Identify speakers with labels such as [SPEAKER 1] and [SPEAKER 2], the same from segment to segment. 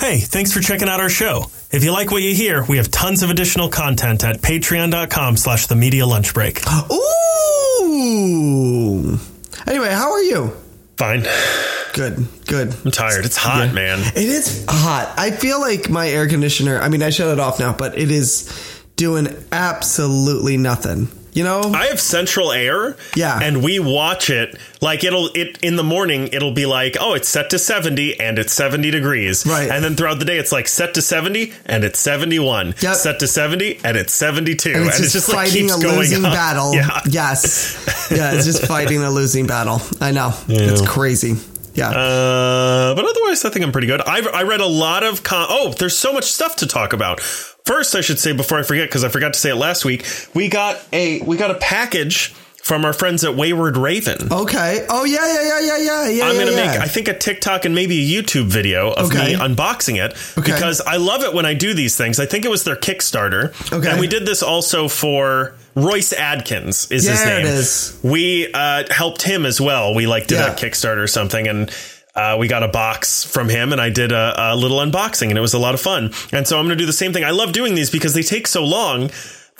[SPEAKER 1] Hey, thanks for checking out our show. If you like what you hear, we have tons of additional content at patreon.com slash the media lunch break.
[SPEAKER 2] Ooh. Anyway, how are you?
[SPEAKER 1] Fine.
[SPEAKER 2] Good. Good.
[SPEAKER 1] I'm tired. It's hot,
[SPEAKER 2] Yeah.
[SPEAKER 1] man.
[SPEAKER 2] It is hot. I feel like my air conditioner. I mean, I shut it off now, but it is doing absolutely nothing. You know?
[SPEAKER 1] I have central air.
[SPEAKER 2] Yeah.
[SPEAKER 1] And we watch it like it'll it in the morning it'll be like, "Oh, it's set to 70 and it's 70 degrees."
[SPEAKER 2] Right.
[SPEAKER 1] And then throughout the day it's like set to 70 and it's 71.
[SPEAKER 2] Yep.
[SPEAKER 1] Set to 70 and it's 72.
[SPEAKER 2] and it's just, fighting
[SPEAKER 1] keeps
[SPEAKER 2] a losing
[SPEAKER 1] up.
[SPEAKER 2] battle.
[SPEAKER 1] Yeah.
[SPEAKER 2] Yes. Yeah, it's just fighting a losing battle. I know. It's crazy. Yeah.
[SPEAKER 1] Uh, but otherwise, I think I'm pretty good. I've, I read a lot of. Com- oh, there's so much stuff to talk about. First, I should say before I forget, because I forgot to say it last week, we got a we got a package from our friends at Wayward Raven.
[SPEAKER 2] okay. Oh yeah, yeah, yeah, yeah, yeah, yeah.
[SPEAKER 1] I'm
[SPEAKER 2] yeah,
[SPEAKER 1] gonna
[SPEAKER 2] yeah.
[SPEAKER 1] make I think a TikTok and maybe a YouTube video of me
[SPEAKER 2] Okay.
[SPEAKER 1] unboxing it
[SPEAKER 2] Okay.
[SPEAKER 1] because I love it when I do these things. I think it was their Kickstarter.
[SPEAKER 2] Okay.
[SPEAKER 1] And we did this also for Royce Adkins is his
[SPEAKER 2] There it
[SPEAKER 1] name.
[SPEAKER 2] is.
[SPEAKER 1] We uh, helped him as well. We like did
[SPEAKER 2] Yeah.
[SPEAKER 1] a Kickstarter or something and uh, we got a box from him and I did a, a little unboxing and it was a lot of fun. And so I'm gonna do the same thing. I love doing these because they take so long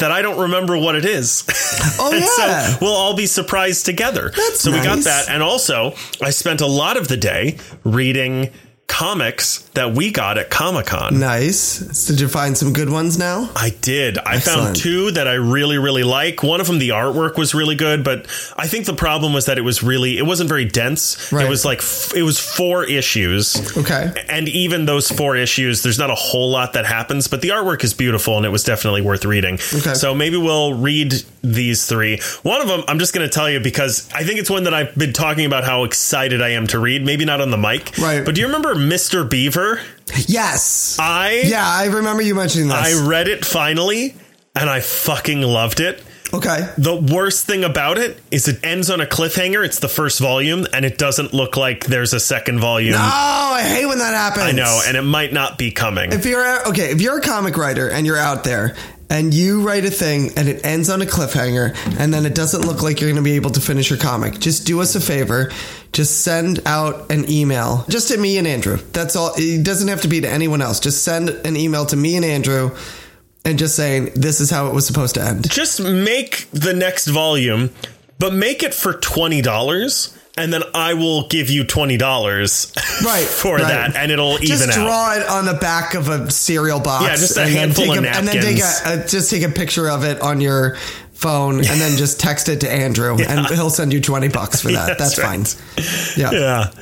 [SPEAKER 1] that I don't remember what it is.
[SPEAKER 2] Oh,
[SPEAKER 1] And
[SPEAKER 2] yeah.
[SPEAKER 1] so we'll all be surprised together.
[SPEAKER 2] That's
[SPEAKER 1] so we got
[SPEAKER 2] nice.
[SPEAKER 1] that and also, I spent a lot of the day reading comics that we got at Comic Con.
[SPEAKER 2] nice. Did you find some good ones now?
[SPEAKER 1] I did. I found
[SPEAKER 2] Excellent.
[SPEAKER 1] two that I really, really like. One of them, the artwork was really good, but I think the problem was that it was really, it wasn't very dense.
[SPEAKER 2] Right.
[SPEAKER 1] It was like, f- it was four issues.
[SPEAKER 2] Okay.
[SPEAKER 1] And even those four issues, there's not a whole lot that happens, but the artwork is beautiful and it was definitely worth reading.
[SPEAKER 2] Okay.
[SPEAKER 1] So maybe we'll read these three. One of them, I'm just going to tell you because I think it's one that I've been talking about how excited I am to read. Maybe not on the mic.
[SPEAKER 2] Right.
[SPEAKER 1] But do you remember Mr. Beaver?
[SPEAKER 2] Yes.
[SPEAKER 1] I,
[SPEAKER 2] yeah, I remember you mentioning this.
[SPEAKER 1] I read it finally and I fucking loved it.
[SPEAKER 2] okay.
[SPEAKER 1] The worst thing about it is it ends on a cliffhanger. It's the first volume and it doesn't look like there's a second volume.
[SPEAKER 2] Oh, I hate when that happens.
[SPEAKER 1] I know, and it might not be coming.
[SPEAKER 2] if you're a- okay, if you're a comic writer and you're out there and you write a thing and it ends on a cliffhanger and then it doesn't look like you're going to be able to finish your comic, just do us a favor. Just send out an email just to me and Andrew. That's all. It doesn't have to be to anyone else. Just send an email to me and Andrew and just saying this is how it was supposed to end.
[SPEAKER 1] just make the next volume, but make it for twenty dollars, and then I will give you twenty dollars
[SPEAKER 2] Right,
[SPEAKER 1] for
[SPEAKER 2] right.
[SPEAKER 1] that, and it'll
[SPEAKER 2] Just
[SPEAKER 1] even out.
[SPEAKER 2] draw it on the back of a cereal box.
[SPEAKER 1] Yeah, just a
[SPEAKER 2] and then
[SPEAKER 1] handful
[SPEAKER 2] take
[SPEAKER 1] of
[SPEAKER 2] a- And then take
[SPEAKER 1] napkins.
[SPEAKER 2] a, a just take a picture of it on your phone, and then just text it to Andrew, and he'll send you twenty bucks for that.
[SPEAKER 1] Yeah,
[SPEAKER 2] that's
[SPEAKER 1] that's right.
[SPEAKER 2] fine. Yeah. yeah,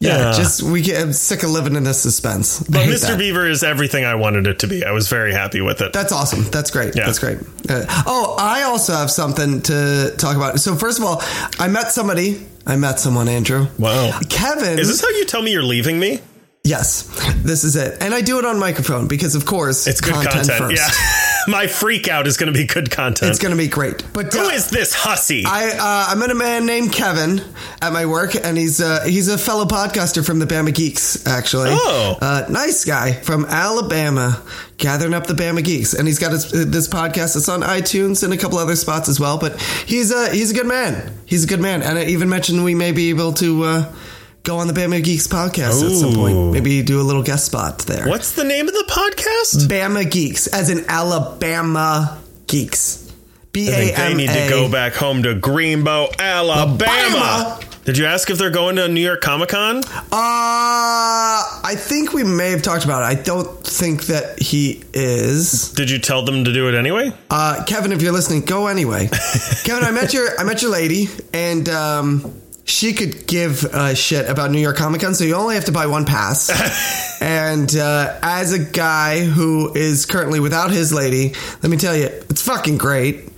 [SPEAKER 1] Yeah,
[SPEAKER 2] Just we get I'm sick of living in this suspense. I
[SPEAKER 1] but
[SPEAKER 2] hate
[SPEAKER 1] Mr.
[SPEAKER 2] that.
[SPEAKER 1] Beaver is everything I wanted it to be. I was very happy with it.
[SPEAKER 2] That's awesome. That's great.
[SPEAKER 1] Yeah.
[SPEAKER 2] That's great. Uh, oh, I also have something to talk about. So first of all, I met somebody. I met someone, Andrew.
[SPEAKER 1] Wow.
[SPEAKER 2] Kevin.
[SPEAKER 1] Is this how you tell me you're leaving me?
[SPEAKER 2] yes, this is it. And I do it on microphone because, of course,
[SPEAKER 1] It's good content. Yeah, my freak out is going to be good content.
[SPEAKER 2] It's going to be great. But
[SPEAKER 1] Who
[SPEAKER 2] uh,
[SPEAKER 1] is this hussy?
[SPEAKER 2] I uh, I met a man named Kevin at my work, and he's uh, he's a fellow podcaster from the Bama Geeks, actually.
[SPEAKER 1] Oh.
[SPEAKER 2] uh, nice guy from Alabama, gathering up the Bama Geeks, and he's got his, this podcast. It's on iTunes and a couple other spots as well. But he's a he's a good man. He's a good man, and I even mentioned we may be able to. Uh, Go on the Bama Geeks podcast at some point.
[SPEAKER 1] Ooh.
[SPEAKER 2] Maybe do a little guest spot there.
[SPEAKER 1] What's the name of the podcast?
[SPEAKER 2] Bama Geeks, as in Alabama Geeks. B
[SPEAKER 1] I
[SPEAKER 2] A
[SPEAKER 1] think they
[SPEAKER 2] M
[SPEAKER 1] need to go
[SPEAKER 2] A.
[SPEAKER 1] back home to Greenbow, Alabama.
[SPEAKER 2] Alabama.
[SPEAKER 1] Did you ask if they're going to New York Comic Con?
[SPEAKER 2] Uh, I think we may have talked about it. I don't think that he is.
[SPEAKER 1] Did you tell them to do it anyway?
[SPEAKER 2] Uh, Kevin, if you're listening, go anyway. Kevin, I met your I met your lady, and um, she could give a shit about New York Comic Con, so you only have to buy one pass. and uh, as a guy who is currently without his lady, let me tell you, it's fucking great.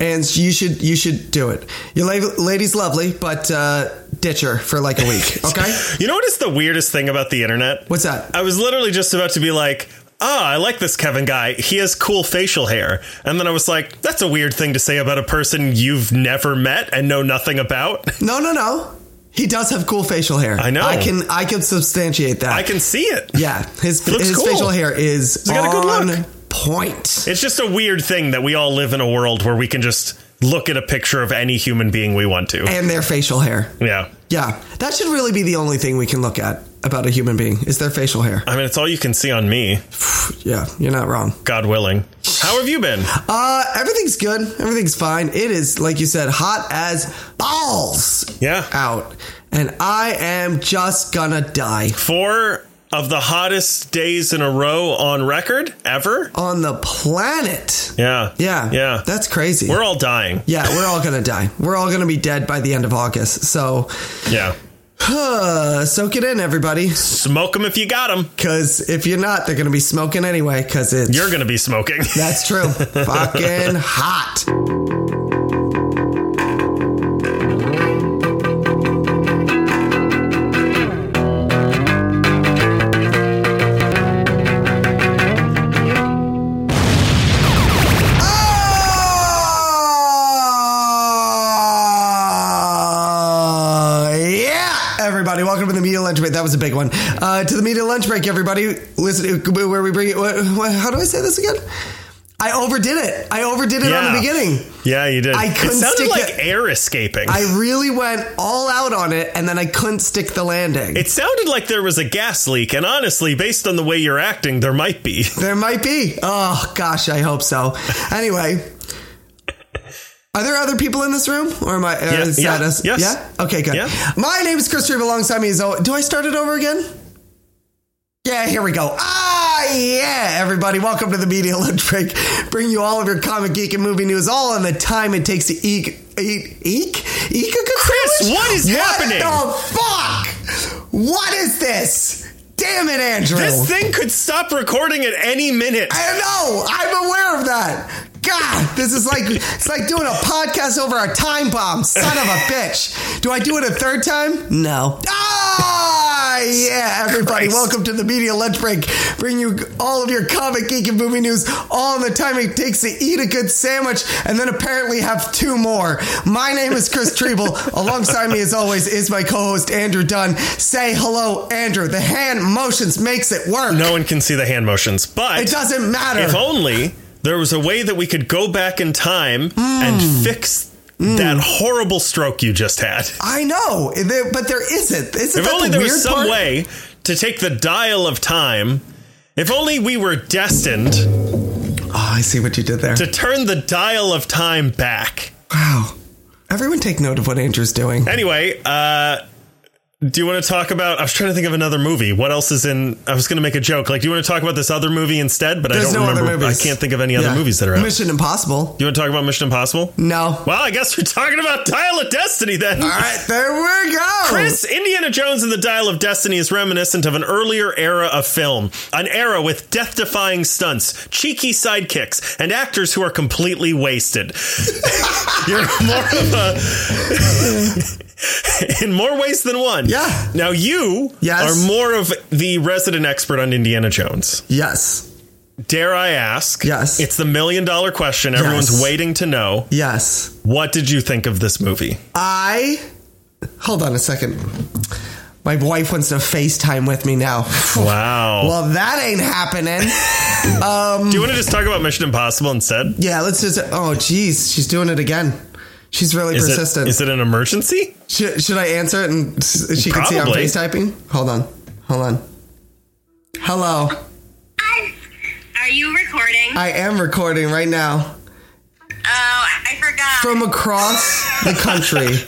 [SPEAKER 2] And you should you should do it. Your la- lady's lovely, but uh, ditch her for like a week, okay?
[SPEAKER 1] You know what is the weirdest thing about the internet?
[SPEAKER 2] What's that?
[SPEAKER 1] I was literally just about to be like, ah, I like this Kevin guy. He has cool facial hair. And then I was like, that's a weird thing to say about a person you've never met and know nothing about.
[SPEAKER 2] No, no, no. He does have cool facial hair.
[SPEAKER 1] I know.
[SPEAKER 2] I can I can substantiate that.
[SPEAKER 1] I can see it.
[SPEAKER 2] yeah, his
[SPEAKER 1] looks
[SPEAKER 2] his
[SPEAKER 1] cool.
[SPEAKER 2] facial hair is
[SPEAKER 1] got a good
[SPEAKER 2] on
[SPEAKER 1] look.
[SPEAKER 2] point.
[SPEAKER 1] It's just a weird thing that we all live in a world where we can just look at a picture of any human being we want to.
[SPEAKER 2] And their facial hair.
[SPEAKER 1] Yeah.
[SPEAKER 2] Yeah, that should really be the only thing we can look at. about a human being is their facial hair.
[SPEAKER 1] I mean, it's all you can see on me.
[SPEAKER 2] Yeah, you're not wrong.
[SPEAKER 1] God willing. How have you been?
[SPEAKER 2] Uh, everything's good. Everything's fine. It is, like you said, hot as balls
[SPEAKER 1] Yeah.
[SPEAKER 2] out. And I am just gonna die
[SPEAKER 1] Four of the hottest days in a row on record ever.
[SPEAKER 2] on the planet.
[SPEAKER 1] Yeah.
[SPEAKER 2] Yeah.
[SPEAKER 1] Yeah.
[SPEAKER 2] That's crazy.
[SPEAKER 1] We're all dying.
[SPEAKER 2] yeah, we're all gonna die. We're all gonna be dead by the end of August. So,
[SPEAKER 1] Yeah.
[SPEAKER 2] uh, soak it in, everybody.
[SPEAKER 1] Smoke them if you got them.
[SPEAKER 2] Because if you're not, they're gonna be smoking anyway. Because it's
[SPEAKER 1] You're going to be smoking.
[SPEAKER 2] that's true. Fucking hot. Oh, yeah, everybody. Welcome to the media lunch break. That was a big one. Uh, to the media lunch break, everybody. Listen, where we bring it. What, what, how do I say this again? I overdid it. I overdid it on
[SPEAKER 1] Yeah.
[SPEAKER 2] the beginning.
[SPEAKER 1] yeah, you did.
[SPEAKER 2] I couldn't
[SPEAKER 1] it sounded
[SPEAKER 2] stick
[SPEAKER 1] like
[SPEAKER 2] it-
[SPEAKER 1] air escaping.
[SPEAKER 2] I really went all out on it, and then I couldn't stick the landing.
[SPEAKER 1] it sounded like there was a gas leak. And honestly, based on the way you're acting, there might be.
[SPEAKER 2] there might be. Oh gosh, I hope so. Anyway, are there other people in this room, or am I? uh,
[SPEAKER 1] Yeah,
[SPEAKER 2] is
[SPEAKER 1] yeah,
[SPEAKER 2] that us?
[SPEAKER 1] yes.
[SPEAKER 2] Yeah. Okay. Good.
[SPEAKER 1] Yeah.
[SPEAKER 2] My name is Chris Reeve. Alongside me is. Oh, do I start it over again? Yeah, here we go. Ah, yeah, everybody. Welcome to the Media Lunch Break. Bring you all of your comic, geek, and movie news all in the time it takes to eek, eek, eek, eek a Chris,
[SPEAKER 1] what is happening?
[SPEAKER 2] the fuck? What is this? Damn it, Andrew.
[SPEAKER 1] This thing could stop recording at any minute.
[SPEAKER 2] I know. I'm aware of that. God, this is like it's like doing a podcast over a time bomb. Son of a bitch. Do I do it a third time? No. Ah, yeah, everybody.
[SPEAKER 1] Christ.
[SPEAKER 2] Welcome to the media lunch break. Bring you all of your comic geek and movie news all in the time it takes to eat a good sandwich and then apparently have two more. My name is Chris Treble. Alongside me, as always, is my co-host Andrew Dunn. Say hello, Andrew. The hand motions makes it work.
[SPEAKER 1] No one can see the hand motions, but
[SPEAKER 2] It doesn't matter.
[SPEAKER 1] if only there was a way that we could go back in time
[SPEAKER 2] Hmm.
[SPEAKER 1] and fix that horrible stroke you just had.
[SPEAKER 2] I know, there- but there isn't. Isn't
[SPEAKER 1] If
[SPEAKER 2] that
[SPEAKER 1] only
[SPEAKER 2] the
[SPEAKER 1] there
[SPEAKER 2] weird
[SPEAKER 1] was some
[SPEAKER 2] part?
[SPEAKER 1] way to take the dial of time. If only we were destined
[SPEAKER 2] Oh, I see what you did there.
[SPEAKER 1] to turn the dial of time back.
[SPEAKER 2] wow. Everyone take note of what Andrew's doing.
[SPEAKER 1] Anyway, uh, do you want to talk about? I was trying to think of another movie. What else is in? I was going to make a joke. Like, do you want to talk about this other movie instead? But I
[SPEAKER 2] There's
[SPEAKER 1] don't
[SPEAKER 2] no
[SPEAKER 1] remember.
[SPEAKER 2] other
[SPEAKER 1] I
[SPEAKER 2] movies.
[SPEAKER 1] can't think of any other
[SPEAKER 2] Yeah.
[SPEAKER 1] movies that are out.
[SPEAKER 2] Mission Impossible.
[SPEAKER 1] you want to talk about Mission Impossible?
[SPEAKER 2] No.
[SPEAKER 1] Well, I guess we're talking about Dial of Destiny then.
[SPEAKER 2] All right, there we go.
[SPEAKER 1] Chris, Indiana Jones and the Dial of Destiny is reminiscent of an earlier era of film, an era with death defying stunts, cheeky sidekicks, and actors who are completely wasted. You're more of a. in more ways than one.
[SPEAKER 2] Yeah.
[SPEAKER 1] Now you
[SPEAKER 2] Yes.
[SPEAKER 1] are more of the resident expert on Indiana Jones.
[SPEAKER 2] Yes.
[SPEAKER 1] Dare I ask?
[SPEAKER 2] Yes.
[SPEAKER 1] It's the million dollar question everyone's
[SPEAKER 2] Yes.
[SPEAKER 1] waiting to know.
[SPEAKER 2] Yes.
[SPEAKER 1] What did you think of this movie?
[SPEAKER 2] I. Hold on a second. My wife wants to FaceTime with me now.
[SPEAKER 1] Wow.
[SPEAKER 2] Well, that ain't happening. Um,
[SPEAKER 1] Do you want to just talk about Mission Impossible instead?
[SPEAKER 2] yeah, let's just. Oh, jeez, she's doing it again. She's really
[SPEAKER 1] Is
[SPEAKER 2] persistent.
[SPEAKER 1] It, is it an emergency?
[SPEAKER 2] Should, should I answer it and s- she can see I'm
[SPEAKER 1] Probably.
[SPEAKER 2] face typing? Hold on. Hold on. Hello.
[SPEAKER 3] Are you recording?
[SPEAKER 2] I am recording right now
[SPEAKER 3] oh, I forgot.
[SPEAKER 2] from across the country.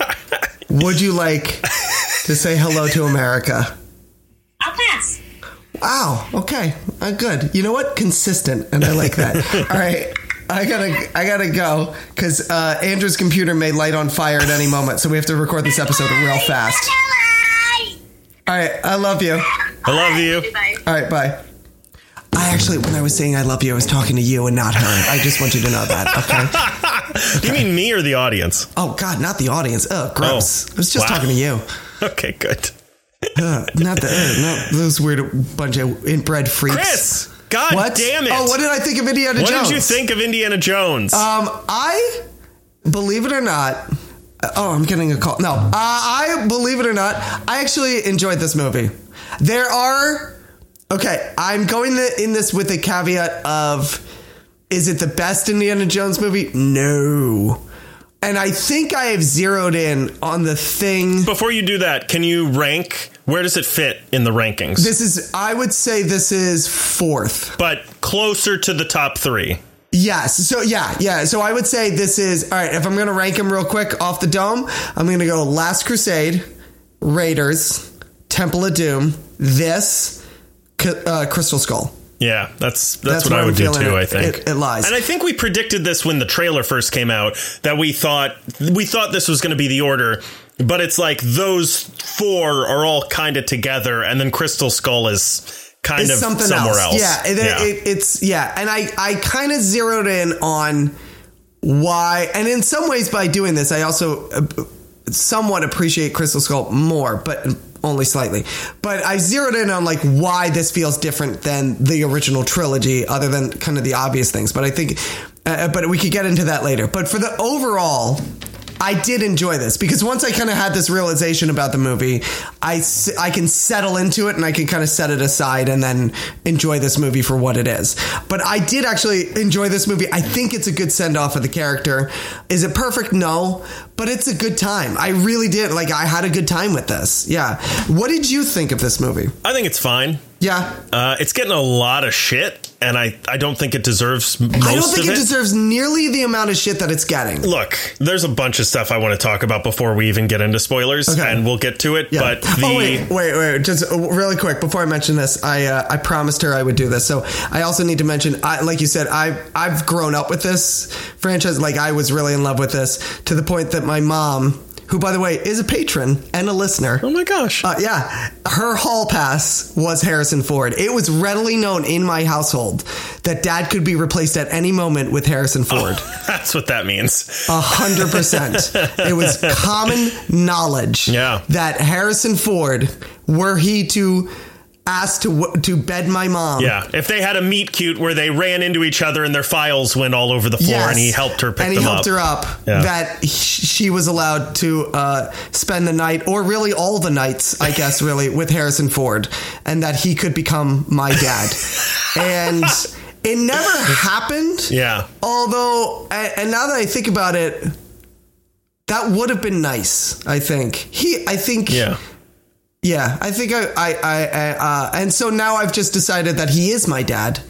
[SPEAKER 2] Would you like to say hello to America?
[SPEAKER 3] I'll pass.
[SPEAKER 2] Wow. Okay. Uh, good. You know what? Consistent, and I like that. All right. I gotta, I gotta go because uh, Andrew's computer may light on fire at any moment, so we have to record this episode real fast.
[SPEAKER 3] Bye.
[SPEAKER 2] All right. I love you.
[SPEAKER 1] I love you.
[SPEAKER 3] Goodbye.
[SPEAKER 2] All right, bye. I actually, when I was saying I love you, I was talking to you and not her. I just want you to know that. Okay.
[SPEAKER 1] You mean me or the audience?
[SPEAKER 2] Oh God, not the audience. Ugh, gross. I was just
[SPEAKER 1] Oh, wow.
[SPEAKER 2] talking to you.
[SPEAKER 1] Okay, good.
[SPEAKER 2] Ugh, not the ugh, no, those weird bunch of inbred freaks.
[SPEAKER 1] Chris, God
[SPEAKER 2] what?
[SPEAKER 1] damn it!
[SPEAKER 2] Oh, what did I think of Indiana
[SPEAKER 1] What
[SPEAKER 2] Jones?
[SPEAKER 1] did you think of Indiana Jones?
[SPEAKER 2] Um, I believe it or not. Oh, I'm getting a call. No, uh, I believe it or not. I actually enjoyed this movie. There are okay. I'm going the, in this with a caveat of: Is it the best Indiana Jones movie? No. And I think I have zeroed in on the thing.
[SPEAKER 1] Before you do that, can you rank Where does it fit in the rankings?
[SPEAKER 2] This is, I would say, this is fourth.
[SPEAKER 1] but closer to the top three.
[SPEAKER 2] Yes. So yeah, yeah. So I would say this is all right. If I'm gonna rank them real quick off the dome, I'm gonna go Last Crusade, Raiders, Temple of Doom, this, C- uh, Crystal Skull.
[SPEAKER 1] Yeah, that's that's,
[SPEAKER 2] That's
[SPEAKER 1] what
[SPEAKER 2] where
[SPEAKER 1] I would
[SPEAKER 2] I'm
[SPEAKER 1] do
[SPEAKER 2] feeling
[SPEAKER 1] too.
[SPEAKER 2] it.
[SPEAKER 1] I think
[SPEAKER 2] It- it lies.
[SPEAKER 1] and I think we predicted this when the trailer first came out that we thought we thought this was going to be the order, but it's like those four are all kind of together, and then Crystal Skull is kind
[SPEAKER 2] It's
[SPEAKER 1] of
[SPEAKER 2] something
[SPEAKER 1] somewhere else.
[SPEAKER 2] else. Yeah. It,
[SPEAKER 1] yeah.
[SPEAKER 2] It, it's yeah. And I I kind of zeroed in on why, and in some ways by doing this, I also uh, somewhat appreciate Crystal Skull more, but only slightly. But I zeroed in on like why this feels different than the original trilogy, other than kind of the obvious things. But I think, uh, but we could get into that later. But for the overall. I did enjoy this because once I kind of had this realization about the movie, I, s- I can settle into it and I can kind of set it aside and then enjoy this movie for what it is. But I did actually enjoy this movie. I think it's a good send off of the character. Is it perfect? No, but it's a good time. I really did. Like, I had a good time with this. Yeah. What did you think of this movie?
[SPEAKER 1] I think it's fine.
[SPEAKER 2] Yeah.
[SPEAKER 1] Uh, it's getting a lot of shit, and I I don't think it deserves m- most
[SPEAKER 2] I don't think
[SPEAKER 1] of
[SPEAKER 2] it
[SPEAKER 1] it.
[SPEAKER 2] deserves nearly the amount of shit that it's getting.
[SPEAKER 1] Look, there's a bunch of stuff I want to talk about before we even get into spoilers,
[SPEAKER 2] Okay.
[SPEAKER 1] and we'll get to it.
[SPEAKER 2] Yeah.
[SPEAKER 1] But the
[SPEAKER 2] oh wait, wait, wait! Just uh, really quick before I mention this, I uh, I promised her I would do this. So I also need to mention, I, like you said, I I've grown up with this franchise. Like I was really in love with this to the point that my mom, who by the way is a patron and a listener,
[SPEAKER 1] oh my gosh,
[SPEAKER 2] uh, yeah, her hall pass was Harrison Ford. It was readily known in my household that Dad could be replaced at any moment with Harrison
[SPEAKER 1] Oh.
[SPEAKER 2] Ford.
[SPEAKER 1] that's what that means.
[SPEAKER 2] A hundred percent. It was common knowledge
[SPEAKER 1] Yeah.
[SPEAKER 2] that Harrison Ford, were he to ask to w- to bed my mom,
[SPEAKER 1] Yeah, if they had a meet cute where they ran into each other and their files went all over the floor,
[SPEAKER 2] yes,
[SPEAKER 1] and he helped her pick
[SPEAKER 2] and he
[SPEAKER 1] them
[SPEAKER 2] helped
[SPEAKER 1] up.
[SPEAKER 2] her up,
[SPEAKER 1] Yeah.
[SPEAKER 2] that he- she was allowed to uh, spend the night, or really all the nights, I guess, really with Harrison Ford, and that he could become my dad, and it never happened.
[SPEAKER 1] Yeah,
[SPEAKER 2] Although, a- and now that I think about it, that would have been nice. I think he. I think.
[SPEAKER 1] yeah.
[SPEAKER 2] Yeah, I think I. I. I. I uh, and so now I've just decided that he is my dad,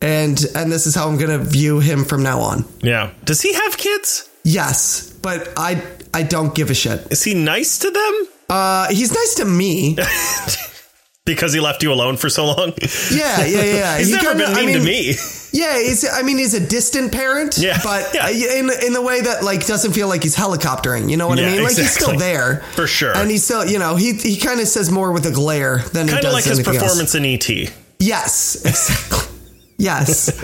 [SPEAKER 2] and and this is how I'm gonna view him from now on.
[SPEAKER 1] Yeah. Does he have kids?
[SPEAKER 2] Yes, but I. I don't give a shit.
[SPEAKER 1] Is he nice to them?
[SPEAKER 2] Uh, he's nice to me.
[SPEAKER 1] Because he left you alone for so long?
[SPEAKER 2] Yeah, yeah, yeah.
[SPEAKER 1] He's
[SPEAKER 2] He
[SPEAKER 1] never
[SPEAKER 2] kinda-
[SPEAKER 1] been mean
[SPEAKER 2] I
[SPEAKER 1] to
[SPEAKER 2] mean,
[SPEAKER 1] me.
[SPEAKER 2] Yeah, he's. I mean, he's a distant parent.
[SPEAKER 1] Yeah,
[SPEAKER 2] but
[SPEAKER 1] yeah.
[SPEAKER 2] uh, in in the way that like doesn't feel like he's helicoptering. You know what
[SPEAKER 1] Yeah,
[SPEAKER 2] I mean? Like he's still
[SPEAKER 1] exactly.
[SPEAKER 2] there
[SPEAKER 1] For sure.
[SPEAKER 2] and he's still. You know, he he kind of says more with a glare than he
[SPEAKER 1] Kind of
[SPEAKER 2] does
[SPEAKER 1] like his
[SPEAKER 2] anything else.
[SPEAKER 1] performance in E E.T.
[SPEAKER 2] Yes, exactly. yes,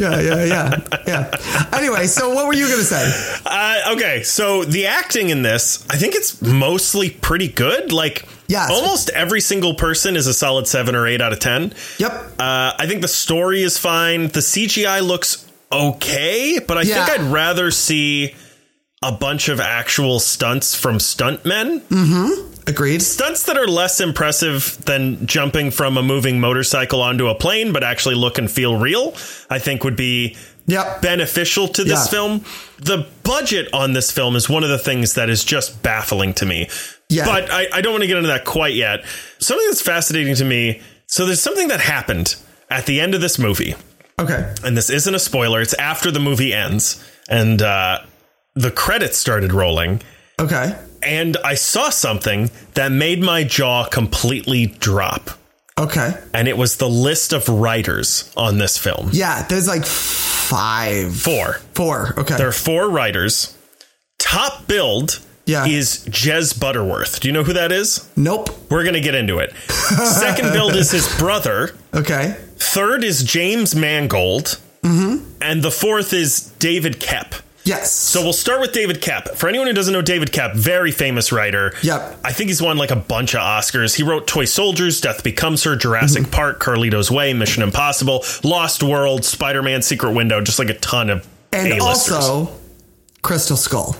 [SPEAKER 2] yeah, yeah, yeah, yeah. Anyway, so what were you gonna say?
[SPEAKER 1] Uh, okay, so the acting in this, I think it's mostly pretty good. Like,
[SPEAKER 2] Yes.
[SPEAKER 1] almost every single person is a solid seven or eight out of ten.
[SPEAKER 2] Yep.
[SPEAKER 1] Uh, I think the story is fine. The CGI looks okay, but I
[SPEAKER 2] Yeah.
[SPEAKER 1] think I'd rather see a bunch of actual stunts from stuntmen.
[SPEAKER 2] Agreed.
[SPEAKER 1] Stunts that are less impressive than jumping from a moving motorcycle onto a plane, but actually look and feel real, I think would be
[SPEAKER 2] Yep.
[SPEAKER 1] beneficial to this
[SPEAKER 2] Yeah.
[SPEAKER 1] film. The budget on this film is one of the things that is just baffling to me.
[SPEAKER 2] Yeah.
[SPEAKER 1] But I, I don't want to get into that quite yet. Something that's fascinating to me. So there's something that happened at the end of this movie,
[SPEAKER 2] Okay.
[SPEAKER 1] and this isn't a spoiler. It's after the movie ends, and uh, the credits started rolling,
[SPEAKER 2] Okay.
[SPEAKER 1] and I saw something that made my jaw completely drop.
[SPEAKER 2] Okay.
[SPEAKER 1] And it was the list of writers on this film.
[SPEAKER 2] Yeah. There's like five,
[SPEAKER 1] Four.
[SPEAKER 2] four. Okay.
[SPEAKER 1] There are four writers. Top build
[SPEAKER 2] Yeah.
[SPEAKER 1] is Jez Butterworth. Do you know who that is?
[SPEAKER 2] nope.
[SPEAKER 1] We're going to get into it. Second build is his brother.
[SPEAKER 2] Okay.
[SPEAKER 1] Third is James Mangold. Mm-hmm. And the fourth is David Kep.
[SPEAKER 2] Yes.
[SPEAKER 1] So we'll start with David Kep. For anyone who doesn't know David Kep, very famous writer.
[SPEAKER 2] Yep.
[SPEAKER 1] I think he's won like a bunch of Oscars. He wrote Toy Soldiers, Death Becomes Her, Jurassic
[SPEAKER 2] Mm-hmm.
[SPEAKER 1] Park, Carlito's Way, Mission Impossible, Lost World, Spider-Man, Secret Window, just like a ton of
[SPEAKER 2] and
[SPEAKER 1] A-listers.
[SPEAKER 2] also Crystal Skull.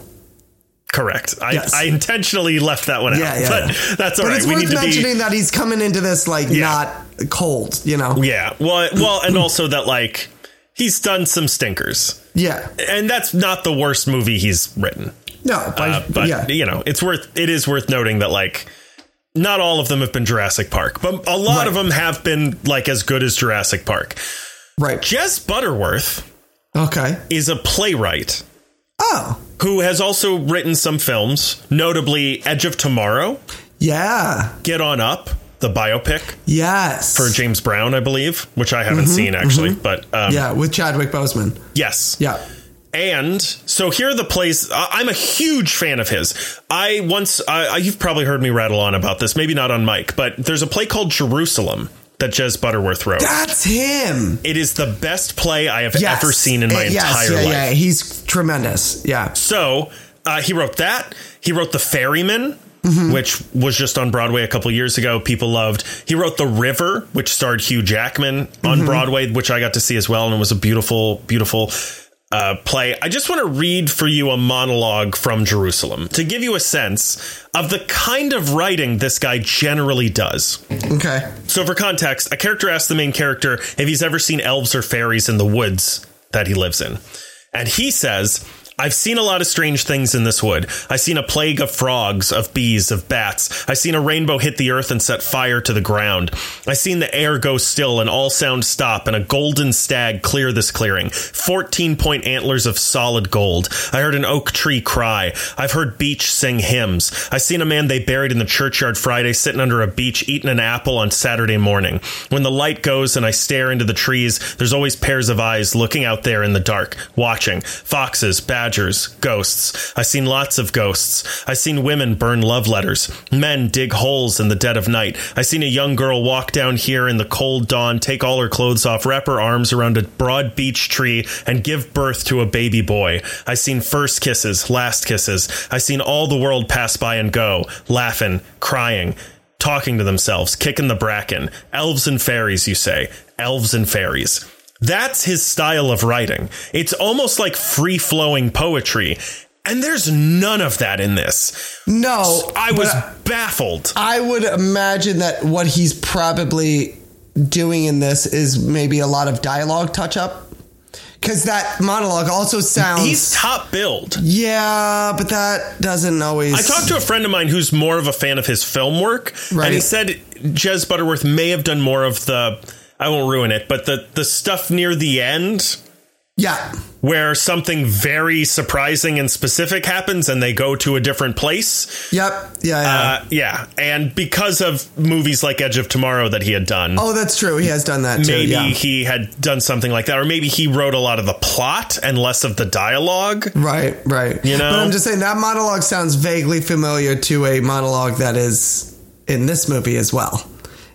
[SPEAKER 1] Correct. I,
[SPEAKER 2] Yes.
[SPEAKER 1] I intentionally left that one
[SPEAKER 2] Yeah,
[SPEAKER 1] out,
[SPEAKER 2] yeah,
[SPEAKER 1] but
[SPEAKER 2] yeah.
[SPEAKER 1] that's all
[SPEAKER 2] But
[SPEAKER 1] right.
[SPEAKER 2] it's
[SPEAKER 1] We
[SPEAKER 2] worth
[SPEAKER 1] need to
[SPEAKER 2] mentioning
[SPEAKER 1] be.
[SPEAKER 2] that he's coming into this like
[SPEAKER 1] Yeah.
[SPEAKER 2] not cold, you know.
[SPEAKER 1] Yeah. Well, well, and also that like he's done some stinkers,
[SPEAKER 2] Yeah.
[SPEAKER 1] and that's not the worst movie he's written.
[SPEAKER 2] No, but,
[SPEAKER 1] Uh, but
[SPEAKER 2] yeah.
[SPEAKER 1] you know, it's worth it is worth noting that like not all of them have been Jurassic Park, but a lot
[SPEAKER 2] Right.
[SPEAKER 1] of them have been like as good as Jurassic Park.
[SPEAKER 2] Right.
[SPEAKER 1] Jess Butterworth
[SPEAKER 2] Okay.
[SPEAKER 1] is a playwright
[SPEAKER 2] Oh.
[SPEAKER 1] who has also written some films, notably Edge of Tomorrow,
[SPEAKER 2] Yeah.
[SPEAKER 1] Get On Up, the biopic
[SPEAKER 2] Yes.
[SPEAKER 1] for James Brown, I believe, which I haven't seen actually, but um,
[SPEAKER 2] Mm-hmm. yeah, with Chadwick Boseman.
[SPEAKER 1] yes,
[SPEAKER 2] Yeah.
[SPEAKER 1] And so here are the plays. I- I'm a huge fan of his. I once, I, I, you've probably heard me rattle on about this, maybe not on mic, but there's a play called Jerusalem that Jez Butterworth wrote.
[SPEAKER 2] That's him.
[SPEAKER 1] It is the best play I have
[SPEAKER 2] Yes.
[SPEAKER 1] ever seen in my
[SPEAKER 2] Uh, yes,
[SPEAKER 1] entire
[SPEAKER 2] yeah,
[SPEAKER 1] life.
[SPEAKER 2] Yeah, he's tremendous. Yeah.
[SPEAKER 1] So uh, he wrote that. He wrote The Ferryman, which was just on Broadway a couple years ago. People loved. He wrote The River, which starred Hugh Jackman on Broadway, which I got to see as well, and it was a beautiful, beautiful uh, play. I just want to read for you a monologue from Jerusalem to give you a sense of the kind of writing this guy generally does.
[SPEAKER 2] Okay.
[SPEAKER 1] So, for context, a character asks the main character if he's ever seen elves or fairies in the woods that he lives in. And he says, I've seen a lot of strange things in this wood. I've seen a plague of frogs, of bees, of bats. I've seen a rainbow hit the earth and set fire to the ground. I've seen the air go still and all sound stop and a golden stag clear this clearing. 14 point antlers of solid gold. I heard an oak tree cry. I've heard beach sing hymns. I seen a man they buried in the churchyard Friday sitting under a beach eating an apple on Saturday morning. When the light goes and I stare into the trees, there's always pairs of eyes looking out there in the dark, watching. Foxes, badgers, ghosts. I seen lots of ghosts. I seen women burn love letters. Men dig holes in the dead of night. I seen a young girl walk down here in the cold dawn, take all her clothes off, wrap her arms around a broad beech tree, and give birth to a baby boy. I seen first kisses, last kisses. I seen all the world pass by and go, laughing, crying talking to themselves, kicking the bracken. Elves and fairies, you say. Elves and fairies. That's his style of writing. It's almost like free flowing poetry. And there's none of that in this.
[SPEAKER 2] No,
[SPEAKER 1] I was
[SPEAKER 2] but uh,
[SPEAKER 1] baffled.
[SPEAKER 2] I would imagine that what he's probably doing in this is maybe a lot of dialogue touch up, because that monologue also sounds.
[SPEAKER 1] He's top billed.
[SPEAKER 2] yeah, but that doesn't always.
[SPEAKER 1] I talked to a friend of mine who's more of a fan of his film work, and he
[SPEAKER 2] Right.
[SPEAKER 1] said Jez Butterworth may have done more of the. I won't ruin it, but the the stuff near the end
[SPEAKER 2] Yeah.
[SPEAKER 1] where something very surprising and specific happens, and they go to a different place.
[SPEAKER 2] Yep. Yeah. yeah.
[SPEAKER 1] Uh, yeah, and because of movies like Edge of Tomorrow that he had done,
[SPEAKER 2] oh, that's true. He has done that too.
[SPEAKER 1] maybe
[SPEAKER 2] yeah.
[SPEAKER 1] he had done something like that, or maybe he wrote a lot of the plot and less of the dialogue.
[SPEAKER 2] Right, right.
[SPEAKER 1] You know?
[SPEAKER 2] but I'm just saying that monologue sounds vaguely familiar to a monologue that is in this movie as well.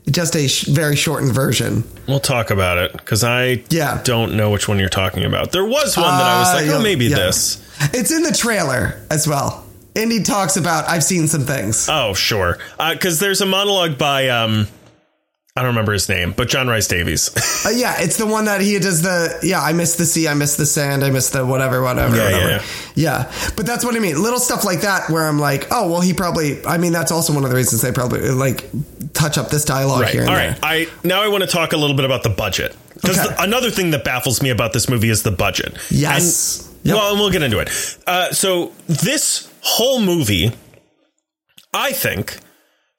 [SPEAKER 2] Just a sh- very shortened version.
[SPEAKER 1] We'll talk about it because I
[SPEAKER 2] Yeah.
[SPEAKER 1] don't know which one you're talking about. There was one that I was
[SPEAKER 2] Uh,
[SPEAKER 1] like,
[SPEAKER 2] yeah,
[SPEAKER 1] oh, maybe
[SPEAKER 2] yeah.
[SPEAKER 1] this.
[SPEAKER 2] It's in the trailer as well. Indy talks about I've seen some things.
[SPEAKER 1] Oh, sure, because there's a monologue by um, I don't remember his name, but John Rice Davies.
[SPEAKER 2] Uh, yeah, it's the one that he does the yeah. I miss the sea. I miss the sand. I miss the whatever, whatever,
[SPEAKER 1] Yeah,
[SPEAKER 2] whatever.
[SPEAKER 1] yeah,
[SPEAKER 2] Yeah, but that's what I mean. Little stuff like that where I'm like, oh well, he probably. I mean, that's also one of the reasons they probably like touch up this dialogue
[SPEAKER 1] Right.
[SPEAKER 2] here.
[SPEAKER 1] All
[SPEAKER 2] And there.
[SPEAKER 1] right. I now I want to talk a little bit about the budget because
[SPEAKER 2] Okay.
[SPEAKER 1] another thing that baffles me about this movie is the budget.
[SPEAKER 2] Yes.
[SPEAKER 1] And- Well, and we'll get into it. Uh, so this whole movie, I think.